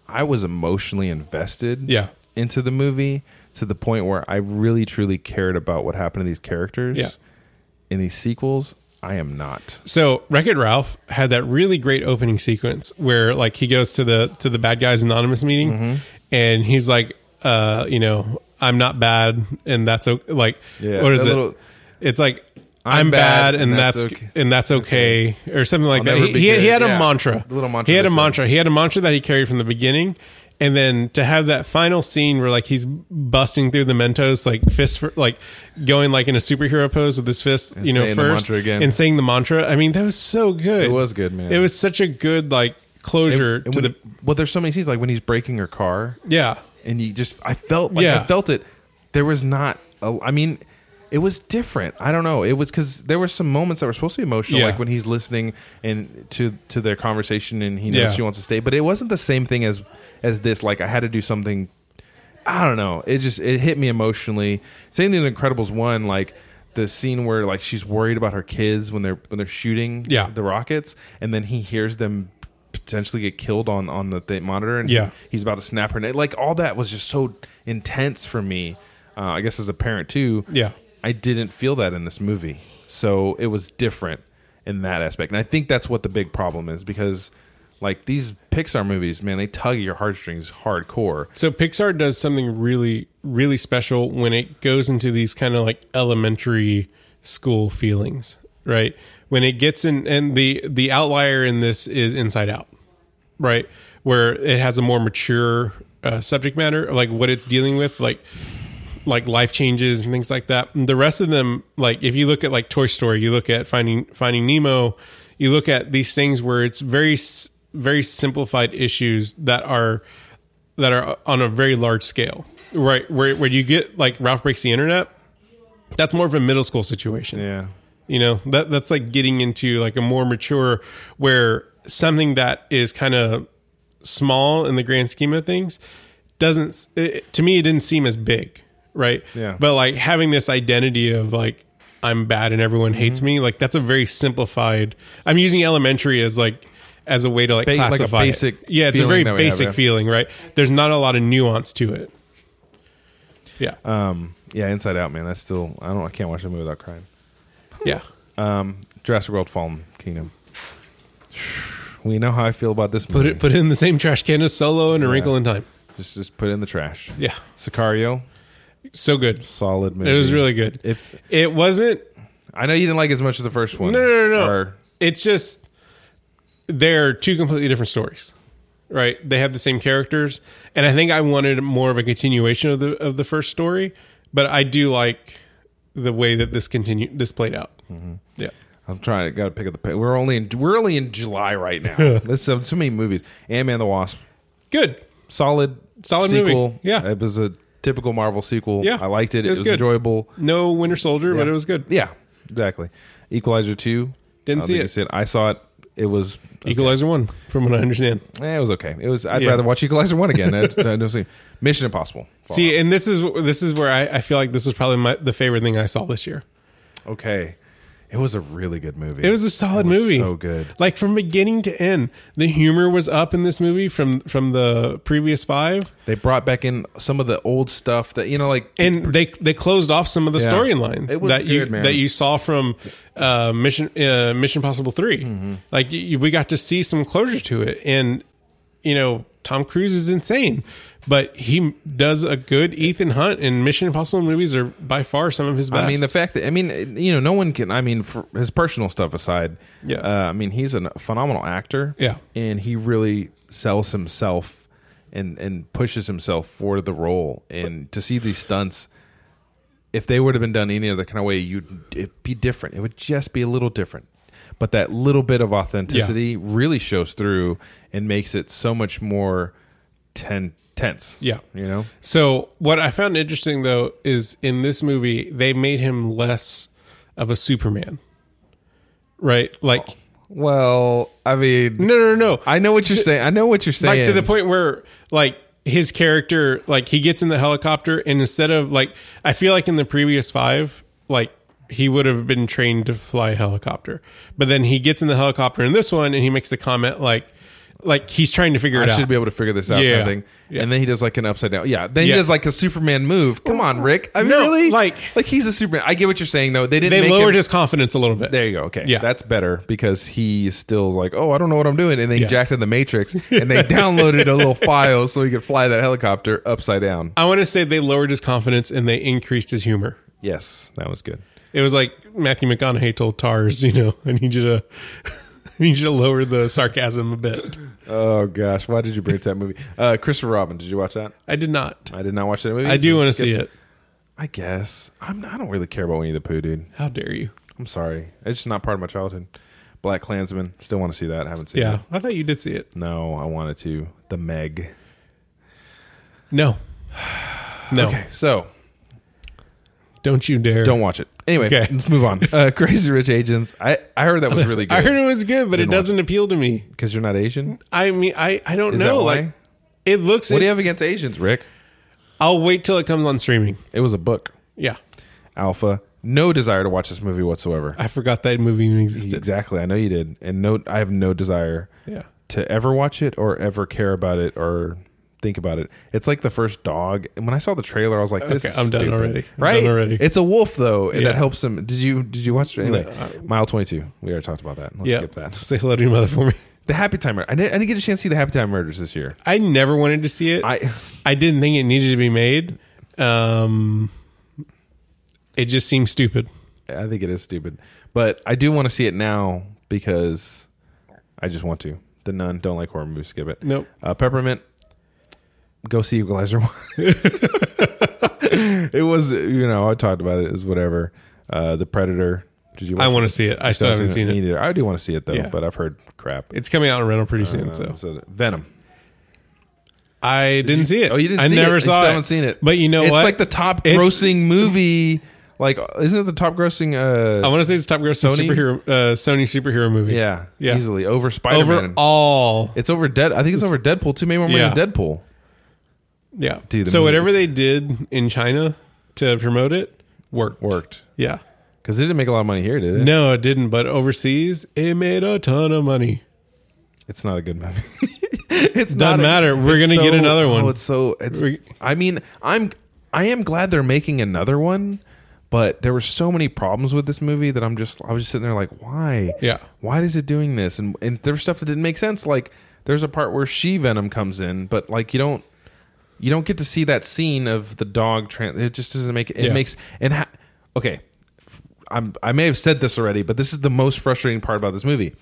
[SPEAKER 1] i was emotionally invested
[SPEAKER 2] Yeah.
[SPEAKER 1] into the movie to the point where I really truly cared about what happened to these characters.
[SPEAKER 2] Yeah.
[SPEAKER 1] In these sequels, I am not.
[SPEAKER 2] So Wreck It Ralph had that really great opening sequence where like he goes to the to the bad guys anonymous meeting
[SPEAKER 1] Mm-hmm.
[SPEAKER 2] and he's like, uh, you know, I'm not bad and that's okay. like
[SPEAKER 1] Yeah,
[SPEAKER 2] what is
[SPEAKER 1] that
[SPEAKER 2] it?
[SPEAKER 1] little-
[SPEAKER 2] it's like
[SPEAKER 1] I'm
[SPEAKER 2] I'm, bad, and, that's,
[SPEAKER 1] okay.
[SPEAKER 2] and that's okay or something like
[SPEAKER 1] I'll
[SPEAKER 2] that.
[SPEAKER 1] never
[SPEAKER 2] He,
[SPEAKER 1] be
[SPEAKER 2] he- he
[SPEAKER 1] good.
[SPEAKER 2] had
[SPEAKER 1] Yeah.
[SPEAKER 2] a mantra.
[SPEAKER 1] The little mantra
[SPEAKER 2] He had
[SPEAKER 1] they
[SPEAKER 2] a
[SPEAKER 1] said.
[SPEAKER 2] mantra. He had a mantra that he carried from the beginning. And then to have that final scene where like he's busting through the Mentos, like fist, for, like going like in a superhero pose with his fist, you know,
[SPEAKER 1] saying the
[SPEAKER 2] first
[SPEAKER 1] mantra again.
[SPEAKER 2] and saying the mantra. I mean, that was so good.
[SPEAKER 1] It was good, man.
[SPEAKER 2] It was such a good like closure
[SPEAKER 1] And
[SPEAKER 2] to
[SPEAKER 1] when
[SPEAKER 2] the
[SPEAKER 1] he- well, there's so many scenes like when he's breaking her car,
[SPEAKER 2] yeah.
[SPEAKER 1] and you just I felt like
[SPEAKER 2] Yeah.
[SPEAKER 1] I felt it. There was not. A, I mean, it was different. I don't know. It was because there were some moments that were supposed to be emotional,
[SPEAKER 2] Yeah.
[SPEAKER 1] like when he's listening and to to their conversation, and he knows
[SPEAKER 2] Yeah.
[SPEAKER 1] she wants to stay. But it wasn't the same thing as as this. Like I had to do something. I don't know. It just it hit me emotionally. Same thing with Incredibles one, like the scene where like she's worried about her kids when they're when they're shooting
[SPEAKER 2] Yeah.
[SPEAKER 1] the rockets, and then he hears them potentially get killed on on the th- monitor, and
[SPEAKER 2] Yeah.
[SPEAKER 1] he's about to snap her neck. Like all that was just so intense for me. Uh, I guess as a parent too.
[SPEAKER 2] Yeah.
[SPEAKER 1] I didn't feel that in this movie, so it was different in that aspect, and I think that's what the big problem is because. Like these Pixar movies, man, they tug at your heartstrings hardcore.
[SPEAKER 2] So Pixar does something really, really special when it goes into these kind of like elementary school feelings, right? When it gets in, and the the outlier in this is Inside Out, right? Where it has a more mature uh, subject matter, like what it's dealing with, like like life changes and things like that. And the rest of them, like if you look at like Toy Story, you look at Finding Finding Nemo, you look at these things where it's very s- very simplified issues that are that are on a very large scale, right? Where where you get like Ralph breaks the internet, that's more of a middle school situation.
[SPEAKER 1] Yeah,
[SPEAKER 2] You know, that that's like getting into like a more mature where something that is kind of small in the grand scheme of things doesn't s- it, to me it didn't seem as big, right?
[SPEAKER 1] Yeah.
[SPEAKER 2] But like having this identity of like I'm bad and everyone
[SPEAKER 1] Mm-hmm.
[SPEAKER 2] hates me, like that's a very simplified. I'm using elementary as like as a way to like
[SPEAKER 1] Ba- like a
[SPEAKER 2] classify it.
[SPEAKER 1] basic
[SPEAKER 2] Yeah, it's a
[SPEAKER 1] feeling
[SPEAKER 2] very
[SPEAKER 1] that we have,
[SPEAKER 2] basic
[SPEAKER 1] yeah.
[SPEAKER 2] feeling, right? There's not a lot of nuance to it. Yeah.
[SPEAKER 1] Um, yeah, Inside Out, man. That's still I don't I can't watch a movie without crying.
[SPEAKER 2] yeah.
[SPEAKER 1] Um, Jurassic World: Fallen Kingdom. [sighs] We know how I feel about this
[SPEAKER 2] Put
[SPEAKER 1] movie.
[SPEAKER 2] it put it in the same trash can as Solo and A Wrinkle in Time.
[SPEAKER 1] just just put it in the trash.
[SPEAKER 2] Yeah.
[SPEAKER 1] Sicario,
[SPEAKER 2] So good.
[SPEAKER 1] solid movie.
[SPEAKER 2] It was really good.
[SPEAKER 1] If
[SPEAKER 2] It wasn't
[SPEAKER 1] I know you didn't like it as much as the first one.
[SPEAKER 2] No, no, no, no.
[SPEAKER 1] Or-
[SPEAKER 2] it's just they're two completely different stories, right? They have the same characters, and I think I wanted more of a continuation of the of the first story, but I do like the way that this continue this played out.
[SPEAKER 1] Mm-hmm.
[SPEAKER 2] Yeah,
[SPEAKER 1] I'm trying. Got to pick up the. pa- We're only in. We're only in July right
[SPEAKER 2] [laughs]
[SPEAKER 1] now. There's so, so many movies. Ant Man the Wasp,
[SPEAKER 2] good.
[SPEAKER 1] solid,
[SPEAKER 2] Solid
[SPEAKER 1] sequel.
[SPEAKER 2] movie. Yeah.
[SPEAKER 1] it was a typical Marvel sequel.
[SPEAKER 2] Yeah.
[SPEAKER 1] I liked it. It
[SPEAKER 2] It was
[SPEAKER 1] was
[SPEAKER 2] good.
[SPEAKER 1] enjoyable.
[SPEAKER 2] No Winter Soldier, but
[SPEAKER 1] Yeah.
[SPEAKER 2] it was good.
[SPEAKER 1] Yeah, exactly. Equalizer two.
[SPEAKER 2] Didn't
[SPEAKER 1] I
[SPEAKER 2] see
[SPEAKER 1] think
[SPEAKER 2] it.
[SPEAKER 1] I said- I saw it. It was.
[SPEAKER 2] Equalizer one, from what I understand.
[SPEAKER 1] Eh, it was okay. It was. I'd
[SPEAKER 2] Yeah.
[SPEAKER 1] rather watch Equalizer one again. I, I don't
[SPEAKER 2] [laughs]
[SPEAKER 1] see Mission Impossible.
[SPEAKER 2] See, and this is this is where I, I feel like this was probably my, the favorite thing I saw this year.
[SPEAKER 1] okay, it was a really good movie.
[SPEAKER 2] It was a solid
[SPEAKER 1] was
[SPEAKER 2] movie.
[SPEAKER 1] so good.
[SPEAKER 2] Like from beginning to end, the humor was up in this movie from from the previous five,
[SPEAKER 1] They brought back in some of the old stuff that you know, like
[SPEAKER 2] and they they closed off some of the
[SPEAKER 1] Yeah.
[SPEAKER 2] storylines
[SPEAKER 1] It was
[SPEAKER 2] that you
[SPEAKER 1] good, man.
[SPEAKER 2] that you saw from uh, Mission uh, Mission Possible 3
[SPEAKER 1] Mm-hmm.
[SPEAKER 2] Like you, we got to see some closure to it, and you know Tom Cruise is insane. But he does a good Ethan Hunt, and Mission Impossible movies are by far some of his best.
[SPEAKER 1] I mean, the fact that I mean, it- you know, no one can. I mean, for his personal stuff aside,
[SPEAKER 2] Yeah.
[SPEAKER 1] Uh, I mean, he's a phenomenal actor.
[SPEAKER 2] Yeah.
[SPEAKER 1] and he really sells himself and and pushes himself for the role. And to see these stunts, if they would have been done any other kind of way, you'd it'd be different. It would just be a little different. But that little bit of authenticity really shows through and makes it so much more ten, tense.
[SPEAKER 2] Yeah.
[SPEAKER 1] you know,
[SPEAKER 2] So what I found interesting though is in this movie they made him less of a Superman. Right? Like
[SPEAKER 1] well, I mean,
[SPEAKER 2] no no no no.
[SPEAKER 1] Oh. I know what you're saying. I know what you're saying.
[SPEAKER 2] like to the point where like his character like he gets in the helicopter and instead of like I feel like in the previous 5 like he would have been trained to fly a helicopter. But then he gets in the helicopter in this one and he makes the comment like like he's trying to figure it
[SPEAKER 1] I
[SPEAKER 2] out.
[SPEAKER 1] should be able to figure this out. kind of
[SPEAKER 2] Yeah.
[SPEAKER 1] thing.
[SPEAKER 2] Yeah.
[SPEAKER 1] And then he does like an upside down. Yeah. Then
[SPEAKER 2] Yeah.
[SPEAKER 1] he does like a Superman move. Come on, Rick. I mean,
[SPEAKER 2] No,
[SPEAKER 1] really?
[SPEAKER 2] like-
[SPEAKER 1] like he's a Superman. I get what you're saying though. They didn't.
[SPEAKER 2] they
[SPEAKER 1] make
[SPEAKER 2] lowered
[SPEAKER 1] him-
[SPEAKER 2] his confidence a little
[SPEAKER 1] [laughs]
[SPEAKER 2] bit.
[SPEAKER 1] There you go. Okay.
[SPEAKER 2] Yeah.
[SPEAKER 1] That's better because he is still like, oh, I don't know what I'm doing. And then he
[SPEAKER 2] Yeah.
[SPEAKER 1] jacked in the
[SPEAKER 2] [laughs]
[SPEAKER 1] Matrix and they downloaded a little file so he could fly that helicopter upside down.
[SPEAKER 2] I want to say they lowered his confidence and they increased his humor.
[SPEAKER 1] Yes. That was good.
[SPEAKER 2] It was like Matthew McConaughey told Tars, you know, [laughs] I need you to, I need you to lower the sarcasm a bit.
[SPEAKER 1] Oh, gosh. Why did you bring up that movie? [laughs] Uh, Christopher Robin. Did you watch that?
[SPEAKER 2] I did not.
[SPEAKER 1] I did not watch that movie.
[SPEAKER 2] I do
[SPEAKER 1] So
[SPEAKER 2] want to
[SPEAKER 1] skip-
[SPEAKER 2] see it.
[SPEAKER 1] I guess. I'm, I don't really care about Winnie the Pooh, dude.
[SPEAKER 2] How dare you?
[SPEAKER 1] I'm sorry. It's just not part of my childhood. Black Klansman. Still want to see that. Haven't seen
[SPEAKER 2] Yeah,
[SPEAKER 1] it.
[SPEAKER 2] I thought you did see it.
[SPEAKER 1] No, I wanted to. The Meg.
[SPEAKER 2] No, [sighs] no,
[SPEAKER 1] Okay, so
[SPEAKER 2] don't you dare.
[SPEAKER 1] don't watch it. Anyway,
[SPEAKER 2] Okay.
[SPEAKER 1] let's move
[SPEAKER 2] [laughs]
[SPEAKER 1] on. Uh, Crazy Rich Agents. I, I heard that was really
[SPEAKER 2] I heard
[SPEAKER 1] good
[SPEAKER 2] it was good, but it
[SPEAKER 1] Didn't watch
[SPEAKER 2] doesn't appeal to me.
[SPEAKER 1] because you're not Asian.
[SPEAKER 2] I mean, I I don't
[SPEAKER 1] Is
[SPEAKER 2] know.
[SPEAKER 1] that why?
[SPEAKER 2] Like, it looks.
[SPEAKER 1] what do you have against Asians, Rick?
[SPEAKER 2] I'll wait till it comes on streaming.
[SPEAKER 1] It was a book.
[SPEAKER 2] Yeah,
[SPEAKER 1] Alpha. No desire to watch this movie whatsoever.
[SPEAKER 2] I forgot that movie even existed.
[SPEAKER 1] Exactly. I know you did, and no, I have no desire
[SPEAKER 2] Yeah,
[SPEAKER 1] to ever watch it or ever care about it or think about it. It's like the first dog. And when I saw the trailer, I was like, "This
[SPEAKER 2] Oh, Okay,
[SPEAKER 1] is
[SPEAKER 2] I'm done
[SPEAKER 1] stupid.
[SPEAKER 2] already. I'm
[SPEAKER 1] Right?
[SPEAKER 2] done already.
[SPEAKER 1] It's a wolf though, and
[SPEAKER 2] Yeah.
[SPEAKER 1] that helps him. Did you did you watch it? anyway?
[SPEAKER 2] No, I-
[SPEAKER 1] Mile 22. We already talked about that. Let's
[SPEAKER 2] yeah.
[SPEAKER 1] skip that.
[SPEAKER 2] Say hello to your mother for me. [laughs]
[SPEAKER 1] The Happy Time. Mur- I didn't, I didn't get a chance to see the Happy Time Murders this year.
[SPEAKER 2] I never wanted to see it.
[SPEAKER 1] I
[SPEAKER 2] I didn't think it needed to be made. Um, it just seems stupid.
[SPEAKER 1] I think it is stupid, but I do want to see it now because I just want to. The Nun. Don't like horror movies. Skip it.
[SPEAKER 2] Nope.
[SPEAKER 1] Uh, peppermint. Go see Equalizer [laughs] one. it was you know I talked about it. It was whatever. Uh, the Predator. Did you?
[SPEAKER 2] I want to see it. I still haven't seen it.
[SPEAKER 1] either. I do want to see it though,
[SPEAKER 2] Yeah.
[SPEAKER 1] but I've heard crap.
[SPEAKER 2] It's coming out in rental pretty soon.
[SPEAKER 1] Um,
[SPEAKER 2] so
[SPEAKER 1] so- Venom.
[SPEAKER 2] I didn't see it.
[SPEAKER 1] Oh, you didn't?
[SPEAKER 2] I
[SPEAKER 1] see
[SPEAKER 2] never
[SPEAKER 1] it?
[SPEAKER 2] saw
[SPEAKER 1] you
[SPEAKER 2] it.
[SPEAKER 1] Haven't seen it.
[SPEAKER 2] But you know
[SPEAKER 1] it's
[SPEAKER 2] what?
[SPEAKER 1] like the top
[SPEAKER 2] It's-
[SPEAKER 1] grossing movie. Like, isn't it the top grossing?
[SPEAKER 2] I
[SPEAKER 1] Uh,
[SPEAKER 2] want to say it's top grossing
[SPEAKER 1] Sony?
[SPEAKER 2] superhero uh, Sony superhero movie.
[SPEAKER 1] yeah,
[SPEAKER 2] yeah.
[SPEAKER 1] easily over Spider Man.
[SPEAKER 2] Overall,
[SPEAKER 1] It's over Dead. I think it's over Deadpool too. Maybe more
[SPEAKER 2] Yeah.
[SPEAKER 1] than Deadpool.
[SPEAKER 2] yeah.
[SPEAKER 1] Dude, the
[SPEAKER 2] so whatever
[SPEAKER 1] movies-
[SPEAKER 2] they did in China to promote it worked.
[SPEAKER 1] Worked
[SPEAKER 2] Yeah.
[SPEAKER 1] because it didn't make a lot of money here, did it?
[SPEAKER 2] No, it didn't. But overseas, it made a ton of money.
[SPEAKER 1] It's not a good movie. [laughs] it's
[SPEAKER 2] Doesn't
[SPEAKER 1] not a-
[SPEAKER 2] matter. We're
[SPEAKER 1] it's
[SPEAKER 2] gonna get another one.
[SPEAKER 1] Oh, it's so. It's.
[SPEAKER 2] We-
[SPEAKER 1] I mean, I'm. I am glad they're making another one, but there were so many problems with this movie that I'm just. I was just sitting there like, why?
[SPEAKER 2] Yeah.
[SPEAKER 1] Why is it doing this? And and there was stuff that didn't make sense. Like there's a part where she Venom comes in, but like you don't. You don't get to see that scene of the dog. Trans- it just doesn't make. It
[SPEAKER 2] Yeah.
[SPEAKER 1] makes and ha- okay. I'm, I may have said this already, but this is the most frustrating part about this movie.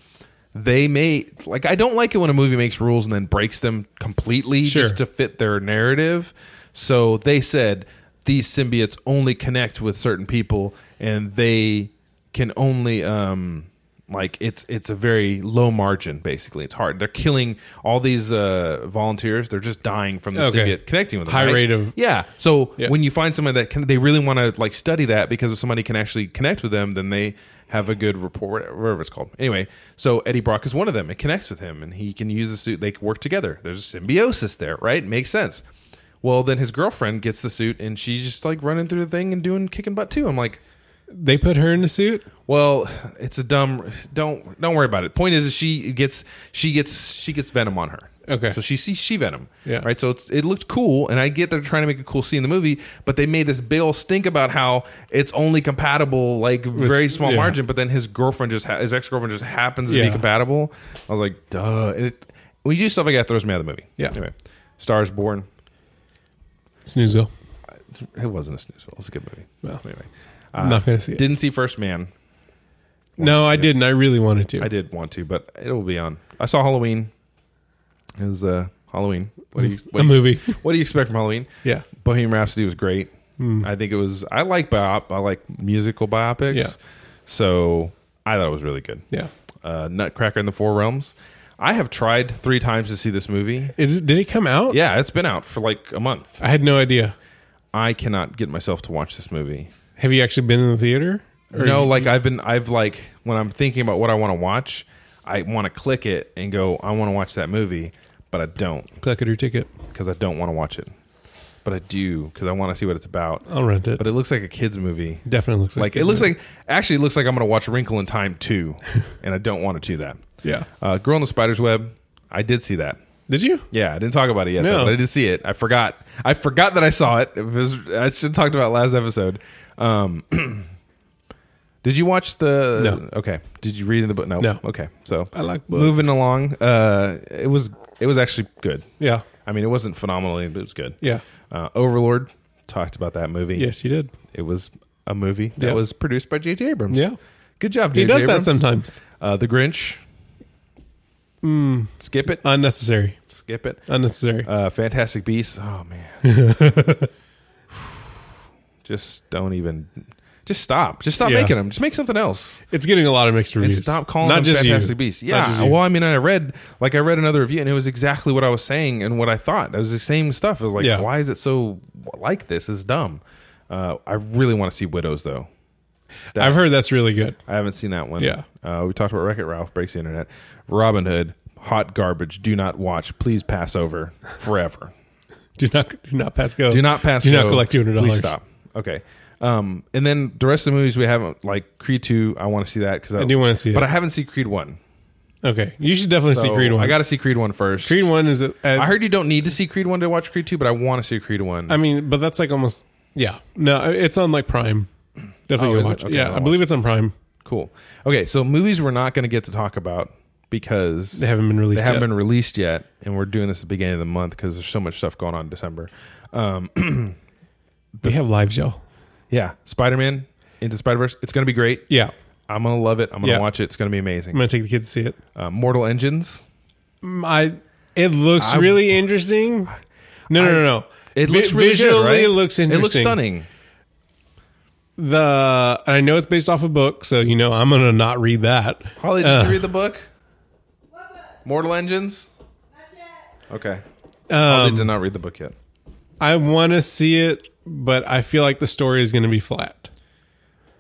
[SPEAKER 1] They may like I don't like it when a movie makes rules and then breaks them completely
[SPEAKER 2] Sure.
[SPEAKER 1] just to fit their narrative. So they said these symbiotes only connect with certain people, and they can only um like it's it's a very low margin. Basically, it's hard. They're killing all these uh, volunteers. They're just dying from the
[SPEAKER 2] Okay.
[SPEAKER 1] symbiote connecting with them.
[SPEAKER 2] High
[SPEAKER 1] right?
[SPEAKER 2] rate of-
[SPEAKER 1] Yeah. So
[SPEAKER 2] Yeah.
[SPEAKER 1] when you find someone that can, they really want to like study that because if somebody can actually connect with them, then they have a good report, whatever it's called. Anyway, so Eddie Brock is one of them. It connects with him, and he can use the suit. They can work together. There's a symbiosis there, right? Makes sense. Well, then his girlfriend gets the suit, and she's just like running through the thing and doing kicking butt too. I'm like,
[SPEAKER 2] They put her in the suit.
[SPEAKER 1] well, it's a dumb. Don't don't worry about it. Point is, is she gets she gets she gets venom on her.
[SPEAKER 2] Okay.
[SPEAKER 1] So she sees she venom.
[SPEAKER 2] Yeah.
[SPEAKER 1] Right. So it's, it looked cool, and I get they're trying to make a cool scene in the movie, but they made this big old stink about how it's only compatible like very small
[SPEAKER 2] yeah.
[SPEAKER 1] margin. But then his girlfriend just ha- his ex girlfriend just happens to
[SPEAKER 2] Yeah.
[SPEAKER 1] be compatible. I was like, duh. And it, when you do stuff like that, it throws me out of the movie.
[SPEAKER 2] Yeah.
[SPEAKER 1] Anyway, Stars Born.
[SPEAKER 2] Snoozeville.
[SPEAKER 1] It wasn't a snooze. It was a good movie.
[SPEAKER 2] Well,
[SPEAKER 1] Anyway,
[SPEAKER 2] I'm not gonna see it.
[SPEAKER 1] Uh, didn't see First Man.
[SPEAKER 2] no, I didn't. I really wanted to.
[SPEAKER 1] I did want to, but it'll be on. I saw Halloween. It was uh, Halloween. What do you what
[SPEAKER 2] a
[SPEAKER 1] do you- [laughs]
[SPEAKER 2] movie.
[SPEAKER 1] What do you expect from Halloween?
[SPEAKER 2] Yeah. Hmm.
[SPEAKER 1] Bohemian Rhapsody was great. I think it was. I like biop. I like musical biopics.
[SPEAKER 2] Yeah.
[SPEAKER 1] So I thought it was really good.
[SPEAKER 2] Yeah.
[SPEAKER 1] Uh, Nutcracker in the Four Realms. I have tried three times to see this movie.
[SPEAKER 2] Is did it come out?
[SPEAKER 1] Yeah, it's been out for like a month.
[SPEAKER 2] I had no idea.
[SPEAKER 1] I cannot get myself to watch this movie.
[SPEAKER 2] Have you actually been in the theater?
[SPEAKER 1] no, like I've been, I've like when I'm thinking about what I want to watch, I want to click it and go, I want to watch that movie, but I don't
[SPEAKER 2] Collected your ticket.
[SPEAKER 1] because I don't want to watch it, but I do because I want to see what it's about.
[SPEAKER 2] I'll rent it.
[SPEAKER 1] But it looks like a kids movie.
[SPEAKER 2] Definitely looks like
[SPEAKER 1] Like it looks like actually it looks like I'm gonna watch Wrinkle in Time 2 and I don't want to do that.
[SPEAKER 2] Yeah.
[SPEAKER 1] Uh, Girl in the Spider's Web. I did see that.
[SPEAKER 2] Did you?
[SPEAKER 1] Yeah, I didn't talk about it yet.
[SPEAKER 2] No.
[SPEAKER 1] Though, but I did see it. I forgot. I forgot that I saw it. it was, I should have talked about it last episode. Um, [clears throat] did you watch the?
[SPEAKER 2] No.
[SPEAKER 1] Okay. Did you read in the book? No.
[SPEAKER 2] No.
[SPEAKER 1] Okay. So
[SPEAKER 2] I like books.
[SPEAKER 1] moving along. Uh, it was it was actually good.
[SPEAKER 2] Yeah.
[SPEAKER 1] I mean, it wasn't phenomenally, but it was good.
[SPEAKER 2] Yeah.
[SPEAKER 1] Uh, Overlord talked about that movie.
[SPEAKER 2] Yes, you did.
[SPEAKER 1] It was a movie that
[SPEAKER 2] Yeah.
[SPEAKER 1] was produced by J.J. Abrams.
[SPEAKER 2] Yeah.
[SPEAKER 1] Good job,
[SPEAKER 2] He
[SPEAKER 1] J.J.
[SPEAKER 2] does that
[SPEAKER 1] Abrams.
[SPEAKER 2] sometimes.
[SPEAKER 1] Uh, the Grinch.
[SPEAKER 2] Hmm.
[SPEAKER 1] Skip
[SPEAKER 2] Uh,
[SPEAKER 1] it.
[SPEAKER 2] Unnecessary.
[SPEAKER 1] Skip it.
[SPEAKER 2] Unnecessary.
[SPEAKER 1] Uh, Fantastic Beasts. Oh man.
[SPEAKER 2] [laughs]
[SPEAKER 1] just don't even. Just stop. Just stop
[SPEAKER 2] Yeah.
[SPEAKER 1] making them. Just make something else.
[SPEAKER 2] it's getting a lot of mixed
[SPEAKER 1] And
[SPEAKER 2] reviews.
[SPEAKER 1] stop calling
[SPEAKER 2] Not
[SPEAKER 1] them
[SPEAKER 2] just you.
[SPEAKER 1] Fantastic Beasts.
[SPEAKER 2] Not
[SPEAKER 1] Yeah.
[SPEAKER 2] just you.
[SPEAKER 1] Well, I mean, I read like I read another review, and it was exactly what I was saying and what I thought. It was the same stuff. It was like,
[SPEAKER 2] Yeah.
[SPEAKER 1] why is it so like this? It's dumb. Uh, I really want to see Widows though.
[SPEAKER 2] I've heard that's really good. [laughs]
[SPEAKER 1] I haven't seen that one.
[SPEAKER 2] Yeah.
[SPEAKER 1] Uh, we talked about Wreck It Ralph breaks the internet. Robin Hood, hot garbage. Do not watch. Please pass over forever.
[SPEAKER 2] Do not do not pass go.
[SPEAKER 1] Do not pass.
[SPEAKER 2] Do not
[SPEAKER 1] go.
[SPEAKER 2] collect two hundred
[SPEAKER 1] Please
[SPEAKER 2] dollars.
[SPEAKER 1] stop. Okay. Um, and then the rest of the movies we haven't like Creed two. I want to see that because I,
[SPEAKER 2] do wanna see
[SPEAKER 1] but
[SPEAKER 2] it.
[SPEAKER 1] I haven't seen Creed one.
[SPEAKER 2] Okay, you should definitely see
[SPEAKER 1] So
[SPEAKER 2] Creed one.
[SPEAKER 1] I got to see Creed one first.
[SPEAKER 2] Creed one is. A,
[SPEAKER 1] I heard you don't need to see Creed one to watch Creed two, but I want to see Creed one.
[SPEAKER 2] I mean, but that's like almost. Yeah. No, it's on like Prime.
[SPEAKER 1] Oh,
[SPEAKER 2] Definitely
[SPEAKER 1] is
[SPEAKER 2] go
[SPEAKER 1] it?
[SPEAKER 2] watch. it.
[SPEAKER 1] Okay,
[SPEAKER 2] yeah,
[SPEAKER 1] I'll
[SPEAKER 2] I believe it's on Prime.
[SPEAKER 1] cool. Okay, so movies we're not going to get to talk about because
[SPEAKER 2] They haven't been released.
[SPEAKER 1] they haven't
[SPEAKER 2] yet.
[SPEAKER 1] been released yet, and we're doing this at the beginning of the month because there's so much stuff going on in December. Um, [clears throat]
[SPEAKER 2] We have live show.
[SPEAKER 1] yeah, Spider Man into Spider Verse. It's going to be great.
[SPEAKER 2] Yeah,
[SPEAKER 1] I'm going to love it. I'm going to
[SPEAKER 2] Yeah.
[SPEAKER 1] watch it. It's going to be
[SPEAKER 2] I'm
[SPEAKER 1] amazing.
[SPEAKER 2] gonna take the kids to see it.
[SPEAKER 1] Uh, Mortal Engines.
[SPEAKER 2] Mm, I. It looks
[SPEAKER 1] Um, I-
[SPEAKER 2] really interesting. No, no, no, no.
[SPEAKER 1] It
[SPEAKER 2] Vi-
[SPEAKER 1] looks really
[SPEAKER 2] visually
[SPEAKER 1] good, right?
[SPEAKER 2] it looks interesting.
[SPEAKER 1] It looks stunning.
[SPEAKER 2] The and I know it's based off a book, so you know I'm gonna not read that.
[SPEAKER 1] Holly, did
[SPEAKER 2] Uh.
[SPEAKER 1] you read the book? Mortal Engines. Okay, Holly
[SPEAKER 2] Um,
[SPEAKER 1] did not read the book yet.
[SPEAKER 2] I want to see it, but I feel like the story is gonna be flat.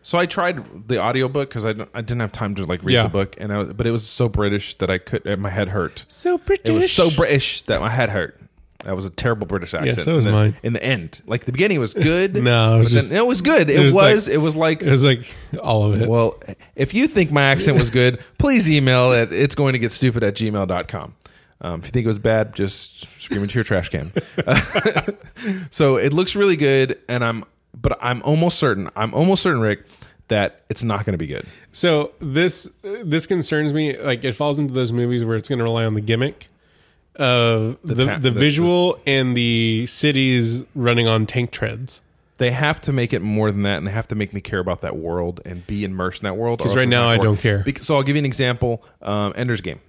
[SPEAKER 1] So I tried the audiobook because I, don't- I didn't have time to like read
[SPEAKER 2] Yeah.
[SPEAKER 1] the book, and I, was- but it was so British that I could my head hurt.
[SPEAKER 2] So British.
[SPEAKER 1] It was so British that my head hurt. That was a terrible British accent.
[SPEAKER 2] so was
[SPEAKER 1] in the,
[SPEAKER 2] mine.
[SPEAKER 1] In the end, like the beginning was good.
[SPEAKER 2] [laughs] No, it
[SPEAKER 1] it
[SPEAKER 2] was
[SPEAKER 1] was,
[SPEAKER 2] just-
[SPEAKER 1] it was good. It,
[SPEAKER 2] it was
[SPEAKER 1] was.
[SPEAKER 2] like-
[SPEAKER 1] it was like.
[SPEAKER 2] It was like all of it.
[SPEAKER 1] [laughs] well, if you think my accent was good, please email at it's going to get stupid at gmail.com. Um, if you think it was bad, just scream into your trash can. [laughs] so it looks really good, and I'm, but I'm almost certain, I'm almost certain, Rick, that it's not going to be good.
[SPEAKER 2] So this this concerns me. Like it falls into those movies where it's going to rely on the gimmick of the the,
[SPEAKER 1] ta- the-
[SPEAKER 2] visual and the cities running on tank treads.
[SPEAKER 1] They have to make it more than that, and they have to make me care about that world and be immersed in that world. or else
[SPEAKER 2] right
[SPEAKER 1] it's
[SPEAKER 2] now
[SPEAKER 1] not
[SPEAKER 2] I
[SPEAKER 1] work.
[SPEAKER 2] don't care.
[SPEAKER 1] Bec- so I'll give you an example: um, Ender's Game.